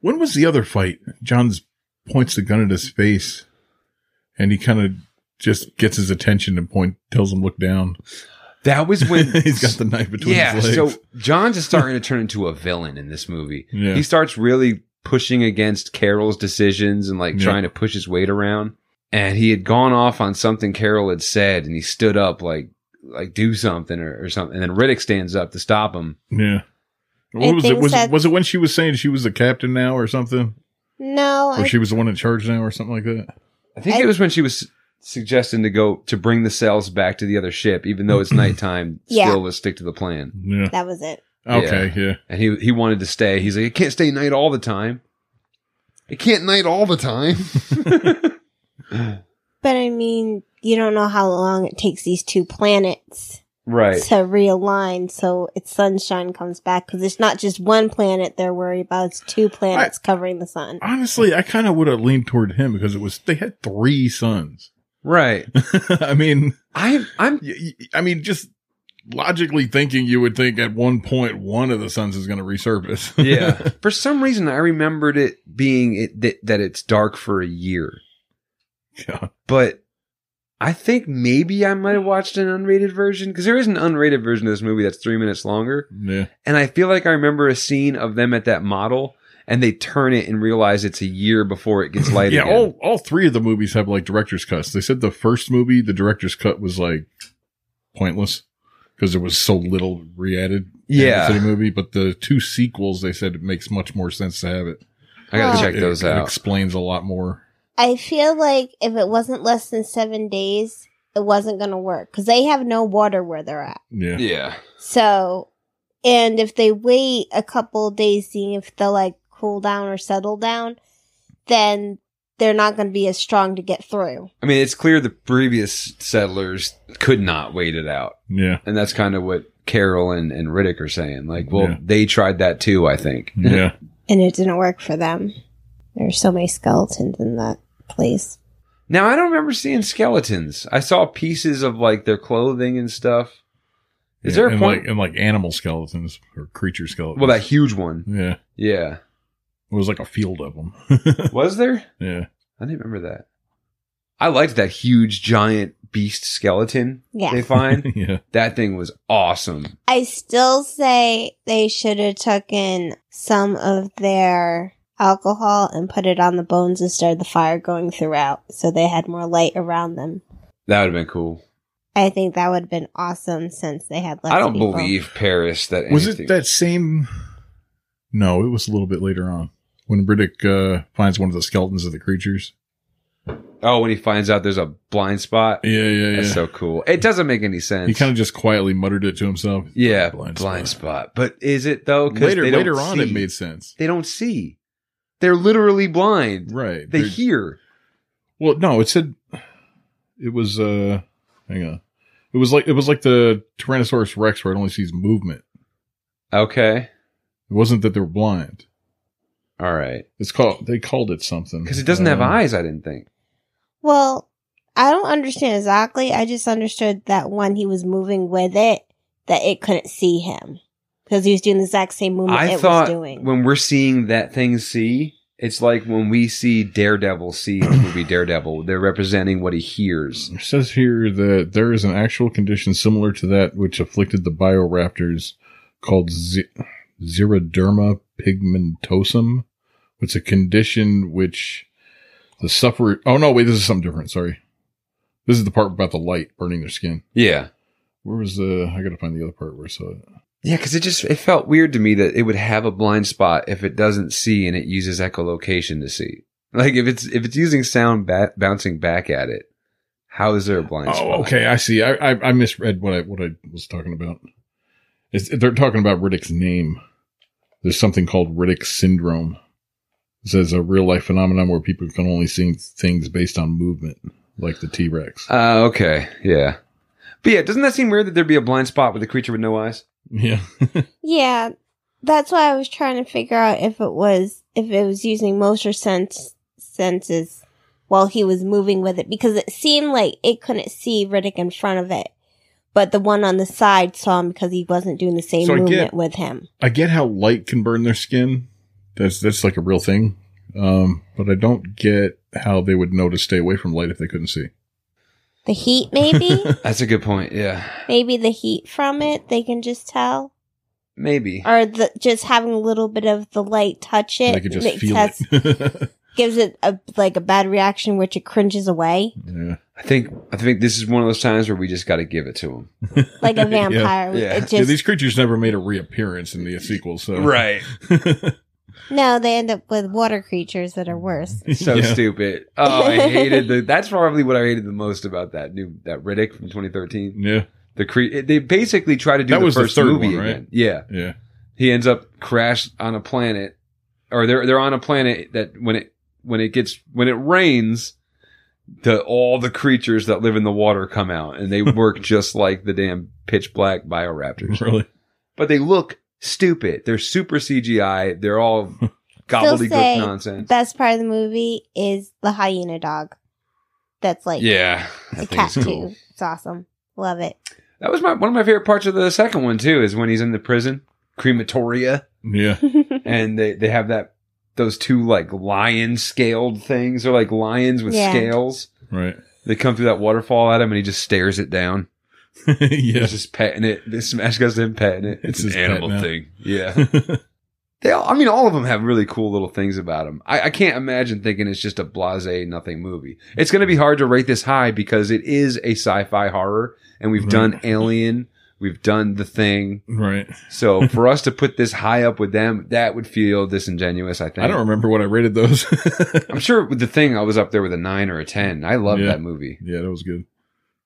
S3: when was the other fight? John's points the gun at his face and he kind of just gets his attention and point tells him look down.
S1: That was when
S3: he's got the knife between
S1: yeah.
S3: his legs.
S1: So John's is starting to turn into a villain in this movie.
S3: yeah.
S1: He starts really pushing against Carol's decisions and like
S3: Yeah.
S1: trying to push his weight around. And he had gone off on something Carol had said, and he stood up like like do something or, or something. And then Riddick stands up to stop him.
S3: yeah.
S2: I
S3: What was it?
S2: think
S3: Was,
S2: that-
S3: was it when she was saying she was the captain now or something?
S2: No,
S3: Or
S2: I,
S3: she was the one in charge now or something like that?
S1: I think
S2: I-
S1: it was when she was suggesting to go to bring the cells back to the other ship, even though it's nighttime.
S2: Yeah.
S1: Still, let's stick to the plan.
S3: Yeah.
S2: that was it.
S3: Okay. Yeah.
S1: And he he wanted to stay. He's like, it can't stay night all the time. It can't night all the time.
S2: But I mean, you don't know how long it takes these two planets
S1: right.
S2: to realign so its sunshine comes back because it's not just one planet they're worried about, it's two planets covering the sun.
S3: Honestly, I kind of would have leaned toward him because it was, they had three sons.
S1: Right.
S3: I mean,
S1: I I'm
S3: Y- y- I mean, just logically thinking, you would think at one point one of the suns is going to resurface.
S1: yeah. For some reason I remembered it being it that, that it's dark for a year.
S3: Yeah.
S1: But I think maybe I might have watched an unrated version because there is an unrated version of this movie that's 3 minutes longer
S3: yeah.
S1: and I feel like I remember a scene of them at that model and they turn it and realize it's a year before it gets light
S3: Yeah, Oh,
S1: again.
S3: all, all three of the movies have like director's cuts. They said the first movie, the director's cut was like pointless because there was so little re added
S1: Yeah.
S3: to the movie. But the two sequels, they said it makes much more sense to have it.
S1: I got to
S2: Oh.
S1: check
S3: It-
S1: those
S3: it
S1: out.
S3: explains a lot more.
S2: I feel like if it wasn't less than seven days, it wasn't going to work because they have no water where they're at.
S3: Yeah.
S1: Yeah.
S2: So, and if they wait a couple days, seeing if they'll like cool down or settle down, then they're not going to be as strong to get through.
S1: I mean, it's clear the previous settlers could not wait it out.
S3: Yeah.
S1: And that's kind of what Carol and, and Riddick are saying. Like, well,
S3: Yeah.
S1: they tried that too, I think.
S3: Yeah.
S2: And it didn't work for them. There's so many skeletons in that place.
S1: Now, I don't remember seeing skeletons. I saw pieces of like their clothing and stuff. Is there a
S3: and
S1: point?
S3: Like, and like animal skeletons or creature skeletons.
S1: well, that huge one.
S3: Yeah.
S1: Yeah.
S3: It was like a field of them.
S1: Was there?
S3: yeah.
S1: I didn't remember that. I liked that huge giant beast skeleton
S2: Yeah.
S1: they find.
S3: yeah.
S1: that thing was awesome.
S2: I still say they should have taken some of their alcohol and put it on the bones and started the fire going throughout so they had more light around them.
S1: That would have been cool.
S2: I think that would have been awesome since they had less
S1: I don't
S2: people.
S1: believe Paris that
S3: Was
S1: anything-
S3: it that same? No, it was a little bit later on when Riddick uh, finds one of the skeletons of the creatures.
S1: Oh, when he finds out there's a blind spot.
S3: Yeah, yeah,
S1: That's so cool. It doesn't make any sense.
S3: he kind of just quietly muttered it to himself.
S1: yeah, blind,
S3: Blind
S1: spot. But is it though? 'Cause
S3: Later,
S1: they don't
S3: later on,
S1: see.
S3: it made sense.
S1: they don't see. They're literally blind.
S3: Right.
S1: They
S3: They're-
S1: hear.
S3: well, no, it said it was. uh Hang on, it It was like it was like the Tyrannosaurus Rex where it only sees movement.
S1: Okay.
S3: It wasn't that they were blind.
S1: All right.
S3: It's called they called it something
S1: Because it doesn't have
S3: Mm-hmm. Um,
S1: eyes, I didn't think.
S2: Well, I don't understand exactly. I just understood that when he was moving with it, that it couldn't see him because he was doing the exact same movement
S1: I
S2: it
S1: thought
S2: was doing.
S1: when we're seeing that thing see, it's like when we see Daredevil see in the movie Daredevil. They're representing what he hears.
S3: It says here that there is an actual condition similar to that which afflicted the bioraptors called Z- xeroderma pigmentosum. It's a condition which the sufferer. Oh, no, wait, this is something different. Sorry. This is the part about the light burning their skin.
S1: Yeah.
S3: Where was the. I got to find the other part where I saw it.
S1: Yeah, because it just it felt weird to me that it would have a blind spot if it doesn't see and it uses echolocation to see. Like if it's if it's using sound ba- bouncing back at it, how is there a blind spot?
S3: Oh, okay. I see. I, I, I misread what I what I was talking about. It's, they're talking about Riddick's name. There's something called Riddick syndrome. It says a real life phenomenon where people can only see things based on movement, like the T Rex.
S1: Uh, okay. Yeah. But yeah, doesn't that seem weird that there'd be a blind spot with a creature with no eyes?
S3: yeah.
S2: yeah, that's why I was trying to figure out if it was if it was using motor sense senses while he was moving with it because it seemed like it couldn't see Riddick in front of it, but the one on the side saw him because he wasn't doing the same
S3: So I get-
S2: movement with him.
S3: I get how light can burn their skin. That's that's like a real thing. Um, but I don't get how they would know to stay away from light if they couldn't see.
S2: The heat, maybe.
S1: That's a good point. Yeah.
S2: maybe the heat from it they can just tell
S1: Maybe.
S2: or the, just having a little bit of the light touch it
S3: they could just
S2: that
S3: feel
S2: has-
S3: it.
S2: gives it a, like a bad reaction which it cringes away
S3: yeah.
S1: I think I think this is one of those times where we just got to give it to him.
S2: like
S3: Yeah.
S2: a vampire
S1: Yeah.
S2: it just
S3: yeah, these creatures never made a reappearance in the sequel, so
S2: no they end up with water creatures that are worse
S1: So
S3: Yeah.
S1: stupid. Oh, I hated the. That's probably what I hated the most about that new that Riddick from 2013.
S3: Yeah,
S1: The cre- it- they basically try to do
S3: That
S1: the
S3: was the
S1: first
S3: third
S1: movie
S3: one, right?
S1: again. Yeah,
S3: yeah.
S1: he ends up crashed on a planet, or they're they're on a planet that when it when it gets when it rains, the all the creatures that live in the water come out and they work just like the damn pitch black bioraptors.
S3: Really?
S1: but they look stupid. They're super CGI. They're all
S2: say
S1: gobbledygook nonsense.
S2: best part of the movie is the hyena dog that's like
S1: yeah,
S2: a
S1: that
S2: cat
S1: thing's
S2: too
S1: cool.
S2: it's awesome love it
S1: That was my one of my favorite parts of the second one too. Is when he's in the prison crematoria,
S3: Yeah.
S1: and they they have that those two like lion scaled things. They're like lions with
S2: Yeah.
S1: scales.
S3: Right.
S1: They come through that waterfall at him, and he just stares it down.
S3: yeah.
S1: He's just petting it. This smash goes to him petting it.
S3: It's
S1: It's,
S3: his
S1: an
S3: pet
S1: animal
S3: now.
S1: thing. Yeah. They all, I mean, all of them have really cool little things about them. I, I can't imagine thinking it's just a blase nothing movie. It's going to be hard to rate this high because it is a sci-fi horror, and we've
S3: Right.
S1: done Alien, we've done The Thing.
S3: right.
S1: So for us to put this high up with them, that would feel disingenuous. I think.
S3: I don't remember what I rated those.
S1: I'm sure with The Thing, I was up there with a nine or a ten. I love
S3: Yeah.
S1: that movie.
S3: yeah, that was good.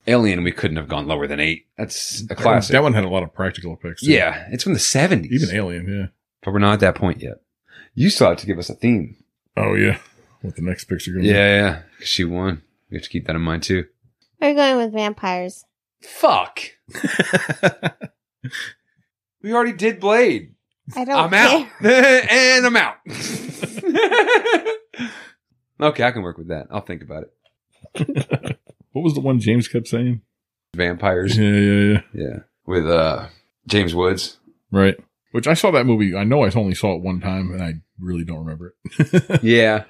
S1: Alien, we couldn't have gone lower than eight. That's a
S3: That one-
S1: classic.
S3: That one had a lot of practical effects. too.
S1: yeah, it's from the '70s,
S3: Even Alien.
S1: but we're not at that point yet. You still have to give us a theme.
S3: Yeah. Oh yeah. What the next picture going?
S1: Yeah, yeah. yeah. She won. We have to keep that in mind too.
S2: we're going with vampires
S1: Fuck. we already did Blade.
S2: i don't
S1: I'm
S2: care
S1: out. and I'm out. okay, I can work with that. I'll think about it.
S3: What was the one James kept saying?
S1: Vampires.
S3: Yeah, yeah, yeah.
S1: yeah. With uh James Woods.
S3: Right. Which I saw that movie. I know I only saw it one time, and I really don't remember it.
S1: Yeah.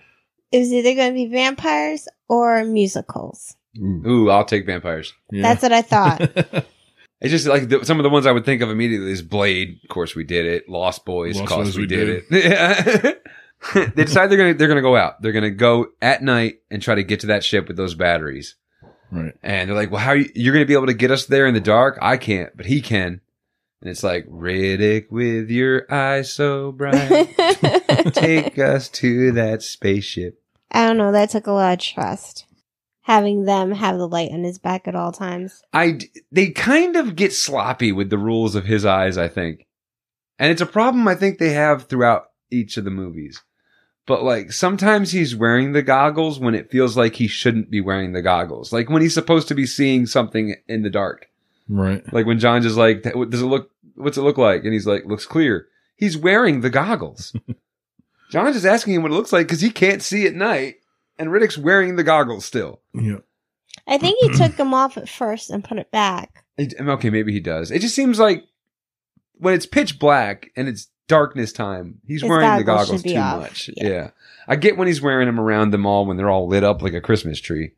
S2: it was either going to be vampires or musicals
S3: Ooh,
S1: Ooh, I'll take vampires.
S3: yeah.
S2: that's what i thought
S1: It's just like the, some of the ones I would think of immediately is Blade. Of course, we did it. Lost Boys.
S3: Lost
S1: of course,
S3: Boys,
S1: we,
S3: we
S1: did, it. Yeah. they decide they're gonna they're gonna go out. They're gonna go at night and try to get to that ship with those batteries.
S3: right.
S1: And they're like, "Well, how are you, you're going to be able to get us there in the dark? I can't, but he can." And it's like Riddick with your eyes so bright,
S2: I
S1: take us to that spaceship.
S2: don't know. That took a lot of trust. Having them have the light on his back at all times.
S1: I d- they kind of get sloppy with the rules of his eyes, I think, and it's a problem I think they have throughout each of the movies. But like sometimes he's wearing the goggles when it feels like he shouldn't be wearing the goggles, like when he's supposed to be seeing something in the dark.
S3: Right.
S1: Like when John's just like, "That- does it look, what's it look like? And he's like, looks clear. He's wearing the goggles. John's just asking him what it looks like because he can't see at night. And Riddick's wearing the goggles still.
S3: Yeah.
S2: I think he took them off at first and put it back.
S1: It- and okay, maybe he does. It just seems like when it's pitch black and it's darkness time, he's
S2: His
S1: wearing the
S2: goggles
S1: goggles
S2: should be
S1: too
S2: off.
S1: much.
S2: Yeah.
S1: Yeah. I get when he's wearing them around them all when they're all lit up like a Christmas tree.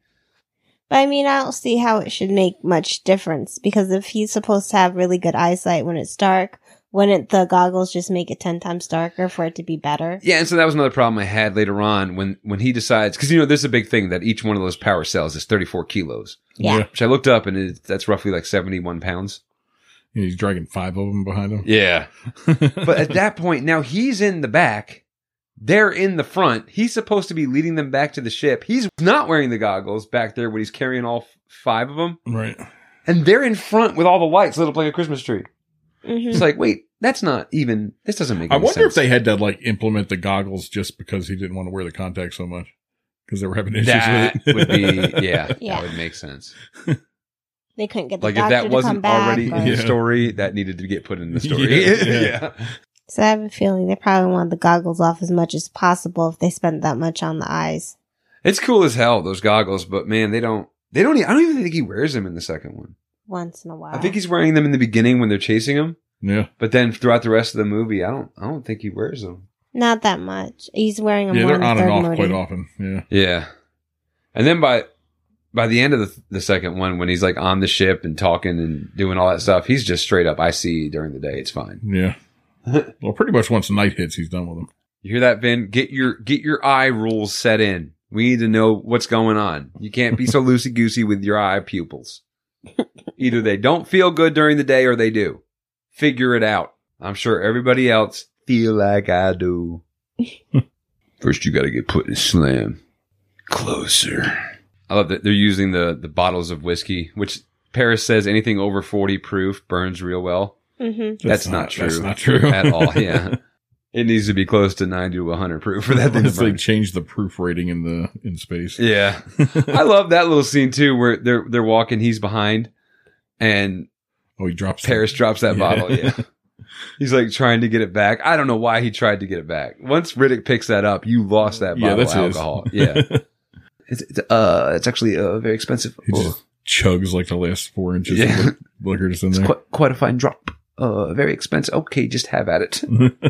S2: But I mean, I don't see how it should make much difference because if he's supposed to have really good eyesight when it's dark, wouldn't the goggles just make it 10 times darker for it to be better?
S1: Yeah, and so that was another problem I had later on when when he decides because you know there's a big thing that each one of those power cells is 34 kilos,
S2: Yeah.
S1: which I looked up and it, that's roughly like 71 pounds.
S3: And he's dragging five of them behind him.
S1: Yeah, but at that point now he's in the back, they're in the front. He's supposed to be leading them back to the ship. He's not wearing the goggles back there when he's carrying all f- five of them,
S3: right.
S1: and they're in front with all the lights lit up like a Christmas tree.
S2: hmm
S1: It's like wait, that's not even. This doesn't make.
S3: I
S1: Any
S3: wonder
S1: sense.
S3: if they had to like implement the goggles just because he didn't want to wear the contacts so much because they were having issues
S1: That
S3: with it.
S1: would be yeah,
S2: Yeah.
S1: that would make sense.
S2: They couldn't get the
S1: like if
S2: doctor
S1: that
S2: to come
S1: wasn't
S2: back.
S1: already
S2: or-
S1: in the
S3: Yeah.
S1: story, that needed to get put in the story.
S3: Yeah, yeah.
S2: So I have a feeling they probably want the goggles off as much as possible if they spent that much on the eyes.
S1: It's cool as hell those goggles, but man, they don't. They don't. e- I don't even think he wears them in the second one.
S2: Once in a while.
S1: I think he's wearing them in the beginning when they're chasing him,
S3: yeah.
S1: but then throughout the rest of the movie, I don't. I don't think he wears them.
S2: Not that much. He's wearing them
S3: Yeah,
S2: more
S3: they're
S2: in
S3: on
S2: third
S3: and off
S2: movie.
S3: quite often. Yeah.
S1: Yeah, and then by by the end of the, the second one, when he's like on the ship and talking and doing all that stuff, he's just straight up. I see during the day. It's fine.
S3: Yeah. well, pretty much once night hits, he's done with them.
S1: You hear that, Vin? Get your get your eye rules set in. We need to know what's going on. You can't be so loosey goosey with your eye pupils. Either they don't feel good during the day or they do. Figure it out. I'm sure everybody else feel like I do. First you gotta get put in slam. Closer. I love that they're using the the bottles of whiskey, which Paris says anything over forty proof burns real well.
S2: Mm-hmm.
S1: That's, not, true.
S3: That's not true
S1: at all. Yeah, it needs to be close to ninety to one hundred proof for that thing to
S3: Unless they
S1: burn.
S3: changed the proof rating in the in space.
S1: Yeah, I love that little scene too, where they're they're walking, he's behind, and
S3: oh, he drops the-
S1: Paris drops that
S3: Yeah.
S1: bottle. Yeah, he's like trying to get it back. I don't know why he tried to get it back. Once Riddick picks that up, you lost that
S3: Yeah,
S1: bottle
S3: that's
S1: of
S3: his.
S1: alcohol. Yeah, it's, it's uh, it's actually uh, very expensive.
S3: He just chugs like the last four inches
S1: Yeah.
S3: of the liquor just in there.
S1: quite, quite a fine drop. Uh, very expensive. Okay, just have at it.
S2: And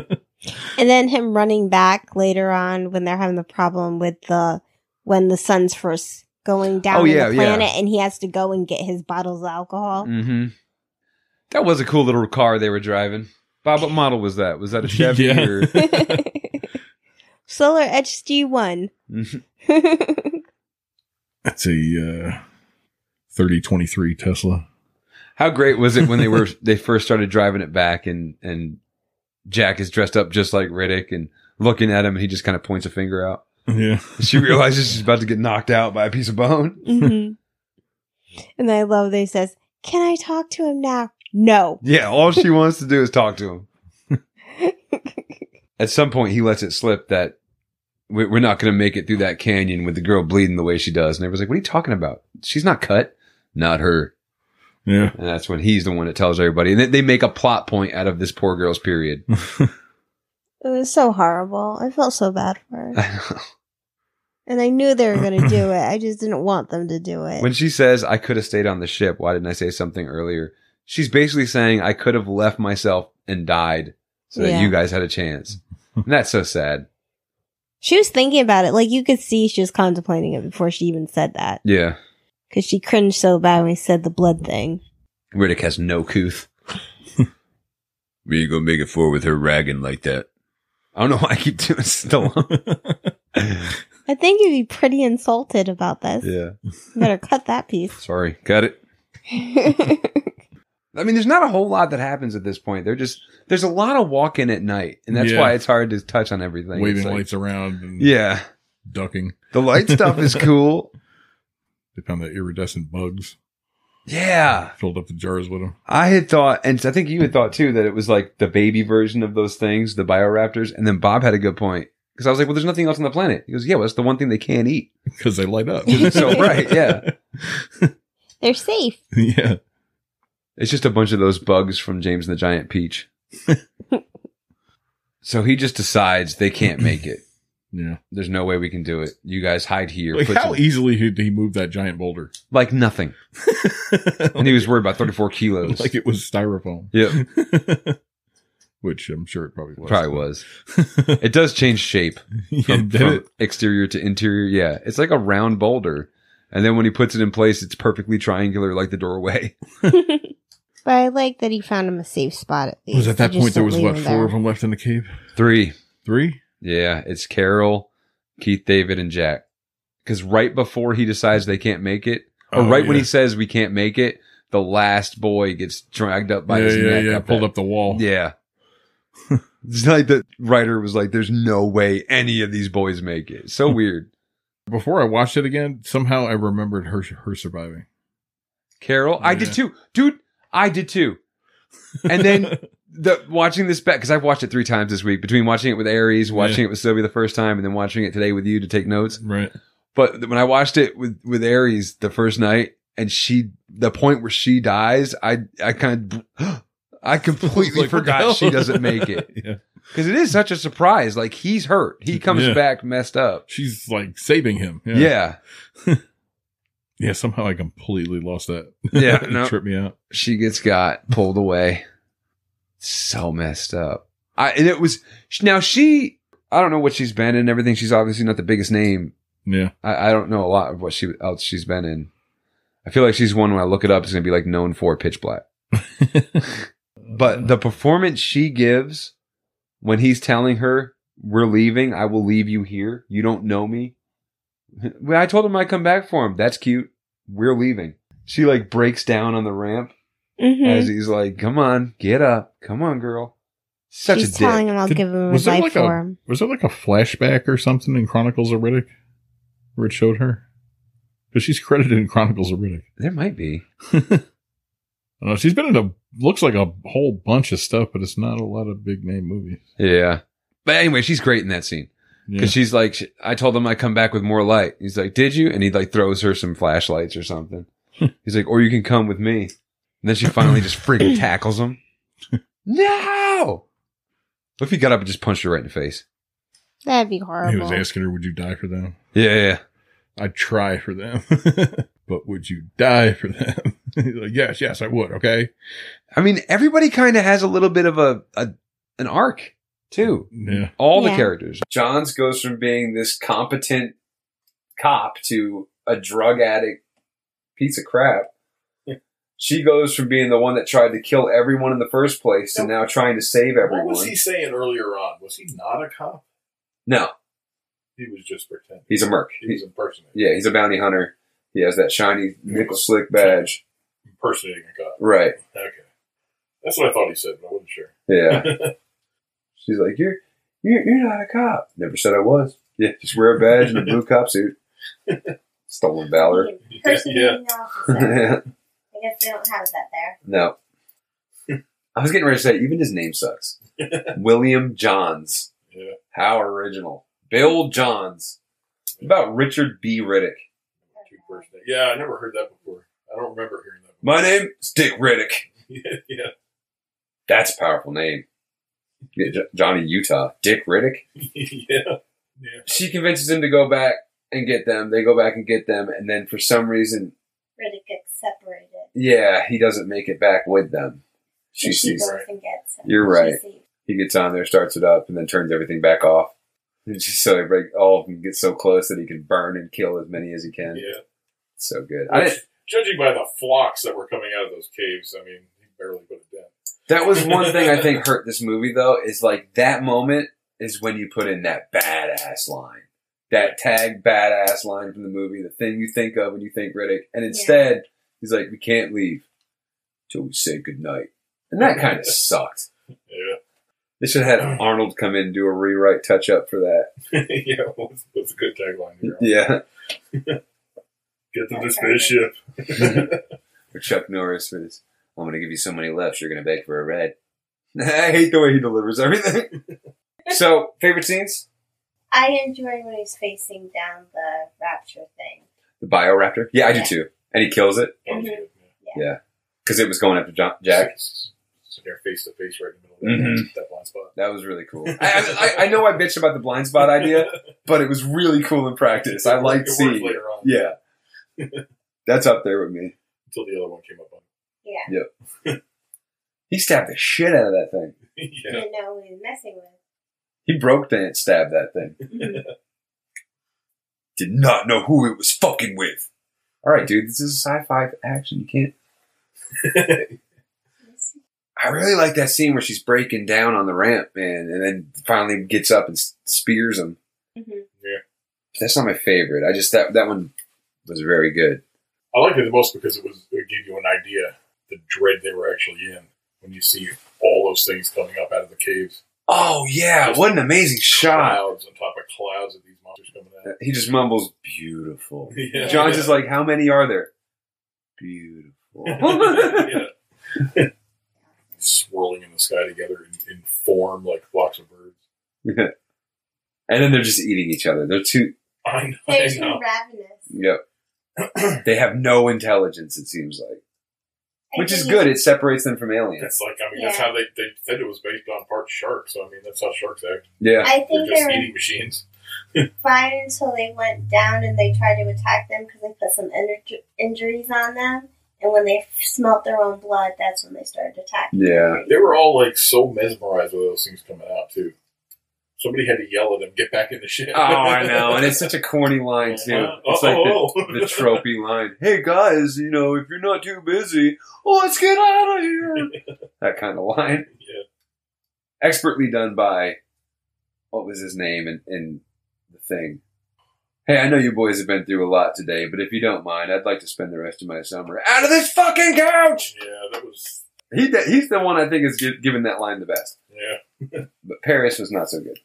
S2: then him running back later on when they're having the problem with the when the sun's first going down
S1: Oh,
S2: on
S1: yeah,
S2: the
S1: yeah.
S2: planet and he has to go and get his bottles of alcohol.
S1: Mm-hmm. That was a cool little car they were driving. Bob, what model was that? Was that a Chevy?
S3: Yeah.
S1: Or... Mm.
S2: Solar HG one.
S1: Mhm.
S3: That's a uh, thirty twenty three Tesla.
S1: How great was it when they were they first started driving it back and and Jack is dressed up just like Riddick and looking at him and he just kind of points a finger out.
S3: Yeah.
S1: She realizes she's about to get knocked out by a piece of bone.
S2: Mhm. and I love that he says, Can I talk to him now? No.
S1: Yeah, all she wants to do is talk to him. At some point, he lets it slip that we- we're not going to make it through that canyon with the girl bleeding the way she does. And everyone's like, "What are you talking about? She's not cut, not her."
S3: Yeah.
S1: And that's when he's the one that tells everybody. And they, they make a plot point out of this poor girl's period.
S2: It was so horrible. I felt so bad for her.
S1: when
S2: And I knew they were gonna do it. I just didn't want them to do it.
S1: she says, I could have stayed on the ship. Why didn't I say something earlier? She's basically saying, I could have left myself and died so that
S2: Yeah.
S1: you guys had a chance. And that's so sad.
S2: She was thinking about it. Like you could see she was contemplating it before she even said that.
S1: Yeah.
S2: Because she cringed so bad when he said the blood thing.
S1: Riddick has no couth. Where you going to make it for with her ragging like that? I don't know why I keep doing Stallone.
S2: I think you'd be pretty insulted about this.
S1: yeah.
S2: You better cut that piece.
S1: Sorry. Got it. I mean, there's not a whole lot that happens at this point. They're just there's a lot of walking at night, and that's
S3: Yeah.
S1: why it's hard to touch on everything.
S3: Waving
S1: It's like-
S3: lights around and
S1: Yeah,
S3: ducking.
S1: the light stuff is cool.
S3: They found the iridescent bugs,
S1: Yeah,
S3: filled up the jars with them.
S1: I had thought, and I think you had thought too that it was like the baby version of those things, the bioraptors. And then Bob had a good point because I was like, well, there's nothing else on the planet. He goes, yeah, well, that's the one thing they can't eat.
S3: Because they light up.
S1: It's so bright. Yeah,
S2: They're safe.
S3: yeah.
S1: It's just a bunch of those bugs from James and the Giant Peach. so he just decides they can't make it.
S3: Yeah.
S1: There's no way we can do it. You guys hide here.
S3: Like
S1: Put
S3: how
S1: some-
S3: easily did he move that giant boulder?
S1: like nothing. And he was worried about 34 kilos.
S3: like it was styrofoam.
S1: yeah,
S3: Which I'm sure it probably was.
S1: probably was. It does change shape
S3: yeah,
S1: from,
S3: did
S1: from
S3: it?
S1: exterior to interior. Yeah, it's like a round boulder. And then when he puts it in place, it's perfectly triangular like the doorway.
S2: But I like that he found him a safe spot at least.
S3: Was at that
S2: They just
S3: point there
S2: don't
S3: was
S2: leave
S3: what
S2: him
S3: four
S2: there.
S3: of them left in the cave?
S1: Three.
S3: Three?
S1: Yeah, it's Carol, Keith, David, and Jack. Because right before he decides they can't make it, or
S3: Oh,
S1: right when
S3: yeah.
S1: he says we can't make it, the last boy gets dragged up by
S3: yeah,
S1: his
S3: yeah,
S1: neck.
S3: yeah.
S1: up
S3: Pulled
S1: that-
S3: up the wall.
S1: Yeah. it's like the writer was like, "There's no way any of these boys make it." So weird.
S3: Before I watched it again, somehow I remembered her her surviving.
S1: Carol, I did
S3: Yeah.
S1: too, dude. I did too. And then the watching this back because I've watched it three times this week between watching it with Aries, watching it with Sylvia the first time, and then watching it today with you to take notes.
S3: Right.
S1: But th- when I watched it with with Aries the first night, and she the point where she dies, I I kind of I completely
S3: Like, what the hell?
S1: forgot she doesn't make it
S3: yeah.
S1: because it is such a surprise. Like he's hurt, he comes
S3: Yeah.
S1: back messed up.
S3: She's like saving him.
S1: Yeah, yeah.
S3: Yeah, somehow I completely lost that. it
S1: no.
S3: tripped me out.
S1: she gets got pulled away. So messed up. I and it was now she. I don't know what she's been in and everything. She's obviously not the biggest name.
S3: Yeah.
S1: I, I don't know a lot of what she else she's been in. I feel like she's one when I look it up, it's gonna be like known for Pitch Black. But the performance she gives when he's telling her, We're leaving, I will leave you here. You don't know me. Well, I told him I'd come back for him. That's cute. We're leaving. She like breaks down on the ramp
S2: Mhm.
S1: as he's like, Come on, get up. Come on, girl. Such
S2: She's
S1: a dick.
S2: telling him I'll
S3: Did-
S2: give him
S3: was
S2: his
S3: there
S2: life
S3: like a-
S2: for him.
S3: Was there like a flashback or something in Chronicles of Riddick where it showed her? Because she's credited in Chronicles of Riddick.
S1: there might be.
S3: I don't know. She's been in a looks like a whole bunch of stuff, but it's not a lot of big name movies.
S1: Yeah. But anyway, she's great in that scene.
S3: Yeah.
S1: Because she's like, sh- I told him I come back with more light. He's like, Did you? And he like throws her some flashlights or something. He's like, Or you can come with me. And then she finally just freaking tackles him. no. What if he got up and just punched her right in the face?
S2: That'd be
S3: he
S2: horrible.
S3: was asking her, "Would you die for them?"
S1: Yeah, yeah.
S3: I'd try for them, but would you die for them? He's like, yes, yes, I would. Okay.
S1: I mean, everybody kind of has a little bit of a, a an arc too.
S3: Yeah.
S1: All the
S2: Yeah.
S1: characters. Johns goes from being this competent cop to a drug addict piece of crap. She goes from being the one that tried to kill everyone in the first place to now trying to save everyone.
S5: saying earlier on? Was he not a cop?
S1: No,
S5: He was just pretending.
S1: he's a merc. He's,
S5: impersonating,
S1: yeah, he's a bounty hunter. He has that shiny nickel slick badge.
S5: impersonating a cop.
S1: Right.
S5: Okay, that's what I thought he said, but I wasn't sure.
S1: Yeah. She's like, you're, you're you're not a cop. Never said I was. Yeah, just wear a badge and a blue cop suit. Stolen valor.
S5: yeah,
S2: I guess they don't have that there.
S1: no. I was getting ready to say, even his name sucks. William Johns.
S5: Yeah.
S1: How original. Bill Johns. About Richard B. Riddick.
S5: two first names. Yeah, I never heard that before. I don't remember hearing that.
S1: My name is Dick Riddick.
S5: Before. yeah,
S1: That's a powerful name. Yeah, Jo- Johnny Utah. Dick Riddick.
S5: yeah,
S1: She convinces him to go back and get them. They go back and get them. And then for some reason,
S2: Riddick gets separated.
S1: Yeah, he doesn't make it back with them. She sees.
S5: goes
S2: and gets
S1: him. You're She right. He gets on there, starts it up, and then turns everything back off. And just so everybody, all of them get so close that he can burn and kill as many as he can.
S5: yeah.
S1: So good. I didn't,
S5: Judging by the flocks that were coming out of those caves, I mean, he barely put it down.
S1: that was one thing I think hurt this movie though. Is like that moment is when you put in that badass line, that tag badass line from the movie, the thing you think of when you think Riddick, and instead he's like, "We can't leave till we say goodnight," and that kind of sucked.
S5: Yeah,
S1: They should have had Arnold come in and do a rewrite touch up for that.
S5: yeah. What's, what's a good tagline here?
S1: Yeah.
S5: Get to the spaceship.
S1: Or Chuck Norris for this. I'm going to give you so many lefts, you're going to beg for a red. I hate the way he delivers everything. so, favorite scenes?
S2: I enjoy when he's facing down the rapture thing.
S1: The Bioraptor. Yeah, I do too. And he kills it.
S4: Mm-hmm.
S5: That was good, yeah.
S1: because it was going after John, Jack. Mm-hmm.
S5: Sitting there face to face right in the middle of that, that blind spot.
S1: That was really cool. I, I, I- I know I bitched about the blind spot idea, but it was really cool in practice. I liked
S5: It worked
S1: seeing it.
S5: later on
S1: Yeah. That's up there with me.
S5: until the other one came up on.
S1: He stabbed the shit out of that thing.
S5: yeah,
S6: didn't know who he was messing with.
S1: He broke dance stabbed that thing. Did not know who it was fucking with. All right, dude, this is sci-fi action. You can't. I really like that scene where she's breaking down on the ramp, man, and then finally gets up and s- spears him.
S6: Mhm.
S1: That's not my favorite. I just that that one was very good.
S5: I liked it the most because it was it gave you an idea the dread they were actually in when you see all those things coming up out of the caves.
S1: Oh yeah, what an amazing shot!
S5: Clouds on top of clouds of these monsters coming out.
S1: He just mumbles, "Beautiful."
S5: Yeah.
S1: John's just like, "How many are there?" Beautiful.
S5: yeah. Swirling in the sky together in, in form like flocks of birds.
S1: Yeah. And then they're just eating each other. They're too.
S5: I know.
S6: They're
S5: I
S6: too
S5: know.
S6: ravenous.
S1: Yep. they have no intelligence. It seems like,
S6: I
S1: which is
S6: think
S1: good. It separates them from aliens.
S5: It's like I mean that's
S6: Yeah.
S5: how they, they said it was based on part shark. So I mean that's how sharks act.
S1: Yeah.
S6: I
S5: They're
S6: think they
S5: just
S6: were
S5: eating machines.
S6: fine until they went down and they tried to attack them because they put some inju- injuries on them. And when they smelt their own blood, that's when they started attacking.
S1: Yeah.
S5: They were all like so mesmerized with those things coming out too. Somebody had to yell at them, get back in the shit.
S1: Oh, I know. And it's such a corny line too. It's like the, the tropey line. Hey guys, you know, if you're not too busy, oh, let's get out of here. that kind of line.
S5: Yeah.
S1: Expertly done by what was his name and in the thing. Hey, I know you boys have been through a lot today, but if you don't mind, I'd like to spend the rest of my summer out of this fucking couch.
S5: Yeah, that was
S1: He he's the one I think is gi- giving that line the best.
S5: yeah.
S1: But Paris was not so good.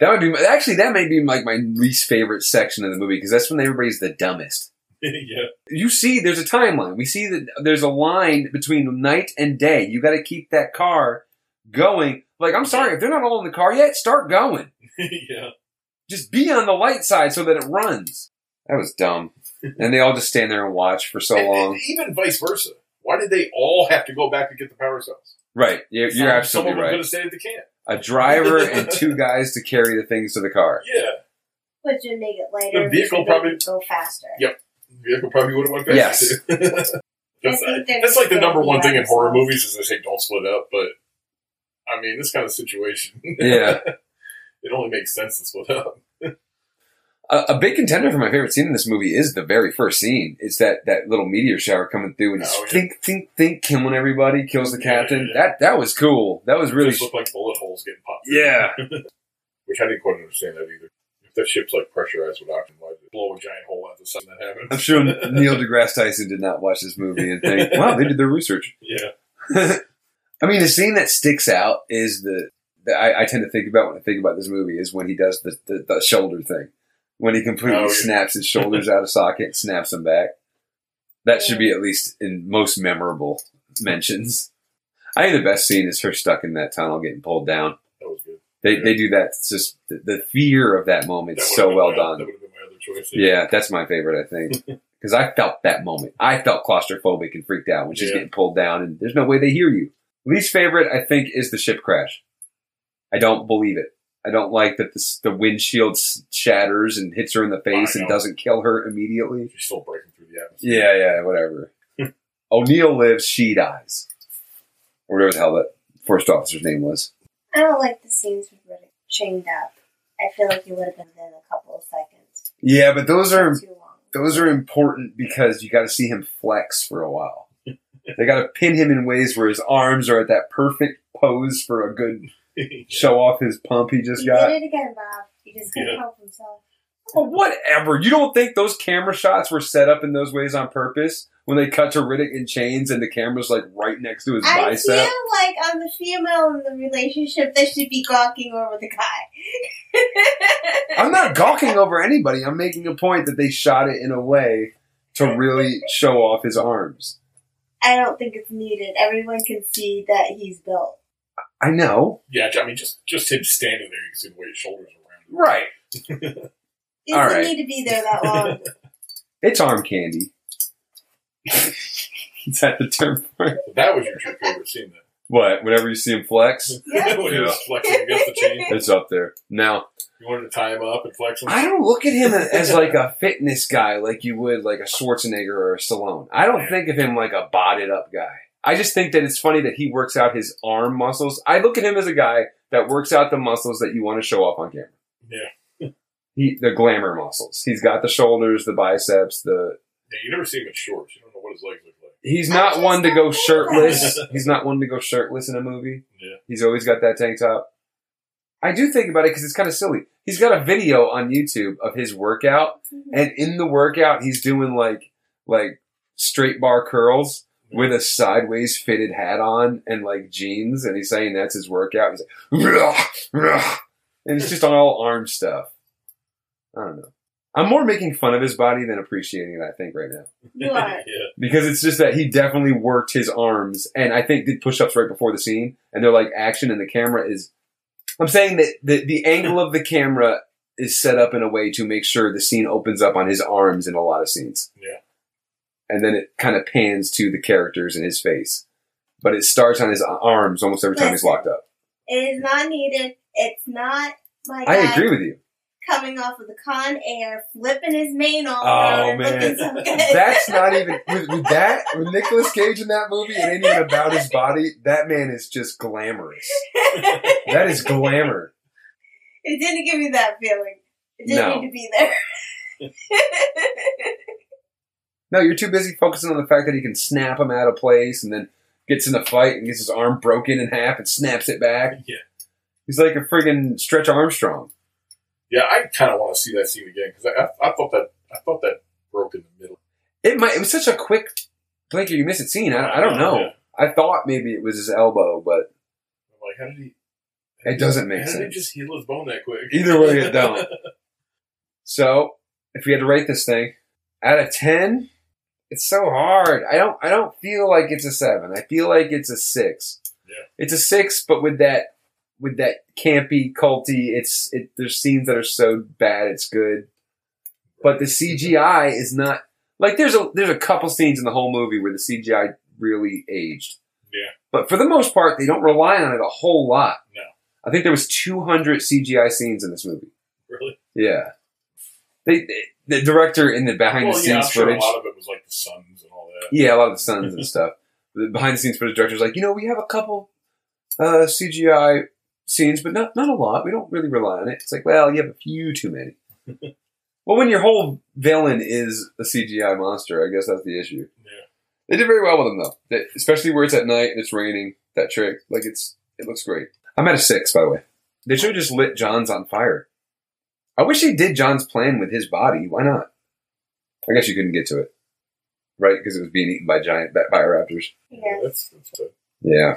S1: That would be my- actually that may be like my least favorite section of the movie because that's when everybody's the dumbest
S5: yeah.
S1: you see there's a timeline. We see that there's a line between night and day. You got to keep that car going. Like, I'm sorry, if they're not all in the car yet, start going.
S5: yeah.
S1: Just be on the light side so that it runs. That was dumb. and they all just stand there and watch for so
S5: And- and
S1: long.
S5: even vice versa. Why did they all have to go back and get the power cells?
S1: Right. You're, you're
S5: Some-
S1: absolutely
S5: someone Someone
S1: right.
S5: was going to stay at the camp.
S1: A driver and two guys to carry the things to the car.
S5: Yeah.
S6: Which would make it lighter.
S5: The vehicle
S6: which would make
S5: probably-
S6: it go faster.
S5: Yeah. The vehicle probably would have went faster.
S1: Yes.
S5: too. that's,
S6: think they're
S5: that's like the
S6: still
S5: number one
S6: being
S5: thing in
S6: ourselves.
S5: horror movies is they say don't split up, but I mean, this kind of situation,
S1: Yeah.
S5: it only makes sense to split up.
S1: a, a big contender for my favorite scene in this movie is the very first scene. It's that, that little meteor shower coming through and he's
S5: Oh, yeah.
S1: think, think, think, killing everybody, kills the
S5: Yeah, yeah,
S1: captain.
S5: yeah.
S1: That that was cool. That was
S5: It
S1: really
S5: just looked like bullet holes getting popped.
S1: yeah.
S5: Which I didn't quite understand that either. If that ship's like pressurized with oxygen, why'd it blow a giant hole out the side when that happens?
S1: I'm sure Neil deGrasse Tyson did not watch this movie and think, "Wow, they did their research."
S5: yeah.
S1: I mean, the scene that sticks out is the that I, I tend to think about when I think about this movie is when he does the the, the shoulder thing, when he completely
S5: Oh, yeah.
S1: snaps his shoulders out of socket, and snaps them back. That should be at least in most memorable mentions. I think the best scene is her stuck in that tunnel getting pulled down.
S5: That was good.
S1: They
S5: Yeah.
S1: they do that. It's just the, the fear of that moment
S5: That
S1: is
S5: would've
S1: so
S5: been
S1: well
S5: my-
S1: done.
S5: That would have been my other choice.
S1: Yeah, that's my favorite, I think. Because I felt that moment. I felt claustrophobic and freaked out when she's
S5: Yeah.
S1: getting pulled down, and there's no way they hear you. Least favorite, I think, is the ship crash. I don't believe it. I don't like that this, the windshield s- shatters and hits her in the face
S5: Oh, I
S1: and
S5: know.
S1: doesn't kill her immediately.
S5: She's still breaking through the atmosphere.
S1: Yeah, yeah, whatever. O'Neill lives, she dies. Or whatever the hell that first officer's name was.
S6: I don't like the scenes with Riddick chained up. I feel like he would have been in a couple of seconds.
S1: Yeah, but those are
S6: Too long.
S1: those are important because you got to see him flex for a while. they got to pin him in ways where his arms are at that perfect pose for a good show off his pump he just
S6: He
S1: got.
S6: did it again, Bob. He just couldn't
S5: Yeah.
S6: help himself.
S1: Well, whatever. You don't think those camera shots were set up in those ways on purpose when they cut to Riddick in chains and the camera's like right next to his
S6: I
S1: bicep?
S6: feel like I'm the female in the relationship that should be gawking over the guy.
S1: I'm not gawking over anybody. I'm making a point that they shot it in a way to really show off his arms.
S6: I don't think it's needed. Everyone can see that he's built.
S1: I know.
S5: Yeah, I mean, just just him standing there, you can see the way his shoulders are rounded.
S1: Right.
S6: He
S1: All
S6: doesn't
S1: right.
S6: need to be there that long.
S1: It's arm candy. Is that the term for it?
S5: That was your true favorite scene, then.
S1: What? Whenever you see him flex,
S5: when he was flexing against the chain,
S1: it's up there. Now,
S5: you wanted to tie him up and flex him.
S1: I don't look at him as like a fitness guy like you would like a Schwarzenegger or a Stallone. I don't think of him like a botted up guy. I just think that it's funny that he works out his arm muscles. I look at him as a guy that works out the muscles that you want to show off on camera.
S5: Yeah.
S1: He, the glamour muscles. He's got the shoulders, the biceps, the.
S5: Yeah, you never see him in shorts. You don't know what his legs look like.
S1: He's not one to go shirtless. He's not one to go shirtless in a movie.
S5: Yeah.
S1: He's always got that tank top. I do think about it because it's kind of silly. He's got a video on YouTube of his workout, and in the workout, he's doing like like straight bar curls with a sideways fitted hat on and like jeans, and he's saying that's his workout. He's like, "Rah, rah," and it's just on all arm stuff. I don't know. I'm more making fun of his body than appreciating it. I think right now
S6: You are.
S5: yeah.
S1: because it's just that he definitely worked his arms and I think did push ups right before the scene and they're like action and the camera is I'm saying that the, the angle of the camera is set up in a way to make sure the scene opens up on his arms in a lot of scenes.
S5: Yeah.
S1: And then it kind of pans to the characters in his face. But it starts on his arms almost every time he's locked up.
S6: It is not needed. It's not my
S1: I
S6: guy
S1: agree with you.
S6: coming off of the con air, flipping his mane all
S1: Oh,
S6: around,
S1: man.
S6: looking so good.
S1: That's not even with, with that with Nicolas Cage in that movie. It ain't even about his body. That man is just glamorous. That is glamour.
S6: it didn't give me that feeling. It didn't
S1: No.
S6: need to be there.
S1: No, you're too busy focusing on the fact that he can snap him out of place and then gets in a fight and gets his arm broken in half and snaps it back.
S5: Yeah.
S1: He's like a friggin' Stretch Armstrong.
S5: Yeah, I kind of want to see that scene again because I, I, I thought that I thought that broke in the middle.
S1: It might. It was such a quick blink you miss it scene. I, I don't know.
S5: Yeah.
S1: I thought maybe it was his elbow, but
S5: I'm like, how did he?
S1: it doesn't
S5: How
S1: make
S5: did he
S1: sense.
S5: just heal his bone that quick?
S1: Either way, it don't. So, if we had to rate this thing out of ten, it's so hard. I don't. I don't feel like it's a seven. I feel like it's a six.
S5: Yeah.
S1: It's a six, but with that, with that campy, culty. It's it. There's scenes that are so bad, it's good. But the CGI is not like there's a there's a couple scenes in the whole movie where the CGI really aged.
S5: Yeah.
S1: But for the most part, they don't rely on it a whole lot.
S5: No.
S1: I think there was 200 CGI scenes in this movie.
S5: really.
S1: Yeah. They, they- the director in the behind
S5: Well,
S1: the
S5: yeah,
S1: scenes
S5: I'm sure a
S1: footage.
S5: lot of it was like the suns and all that.
S1: yeah, a lot of the sons and stuff. The behind the scenes footage director's like, you know, we have a couple uh, CGI scenes, but not not a lot. We don't really rely on it. It's like, well, you have a few too many. well, when your whole villain is a CGI monster, I guess that's the issue.
S5: Yeah.
S1: They did very well with them though, They- especially where it's at night and it's raining. That trick, like it's it looks great. I'm at a six, by the way. They should have just lit John's on fire. I wish they did John's plan with his body. Why not? I guess you couldn't get to it, right? Because it was being eaten by giant bat- bioraptors.
S6: yeah.
S5: that's, that's good.
S1: Yeah.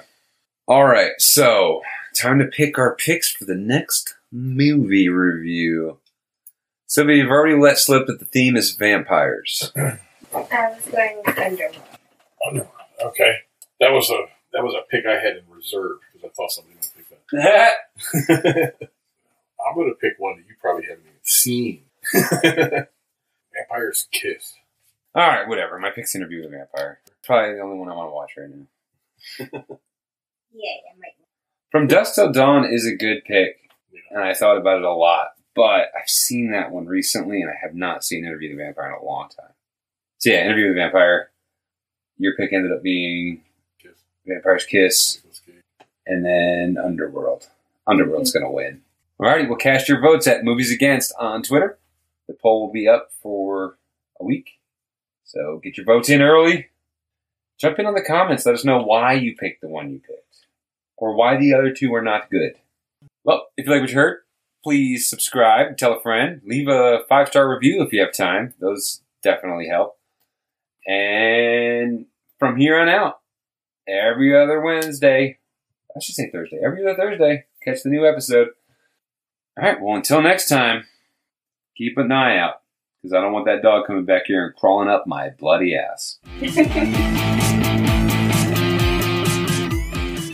S1: All right, so time to pick our picks for the next movie review. Sylvia, you've already let slip that the theme is vampires.
S6: I was going with Thunderbolt.
S5: Underground. Okay, that was a that was a pick I had in reserve because I thought somebody might pick that. I'm gonna pick one that you probably haven't even seen. Vampire's Kiss.
S1: All right, whatever. My pick's interview with a vampire. Probably the only one I want to watch right now.
S6: Yeah, I'm right.
S1: From Dusk Till Dawn is a good pick,
S5: Yeah.
S1: and I thought about it a lot. But I've seen that one recently, and I have not seen Interview with the Vampire in a long time. So yeah, Interview with the Vampire. Your pick ended up being
S5: Kiss.
S1: Vampire's Kiss.
S5: Kiss was good.
S1: and then Underworld. Underworld's going to win. Alrighty, we'll cast your votes at Movies Against on Twitter. The poll will be up for a week. So get your votes in early. Jump in on the comments. Let us know why you picked the one you picked or why the other two are not good. Well, if you like what you heard, please subscribe, tell a friend, leave a five star review if you have time. Those definitely help. And from here on out, every other Wednesday, I should say Thursday. Every other Thursday, catch the new episode. All right. Well, until next time, keep an eye out because I don't want that dog coming back here and crawling up my bloody ass.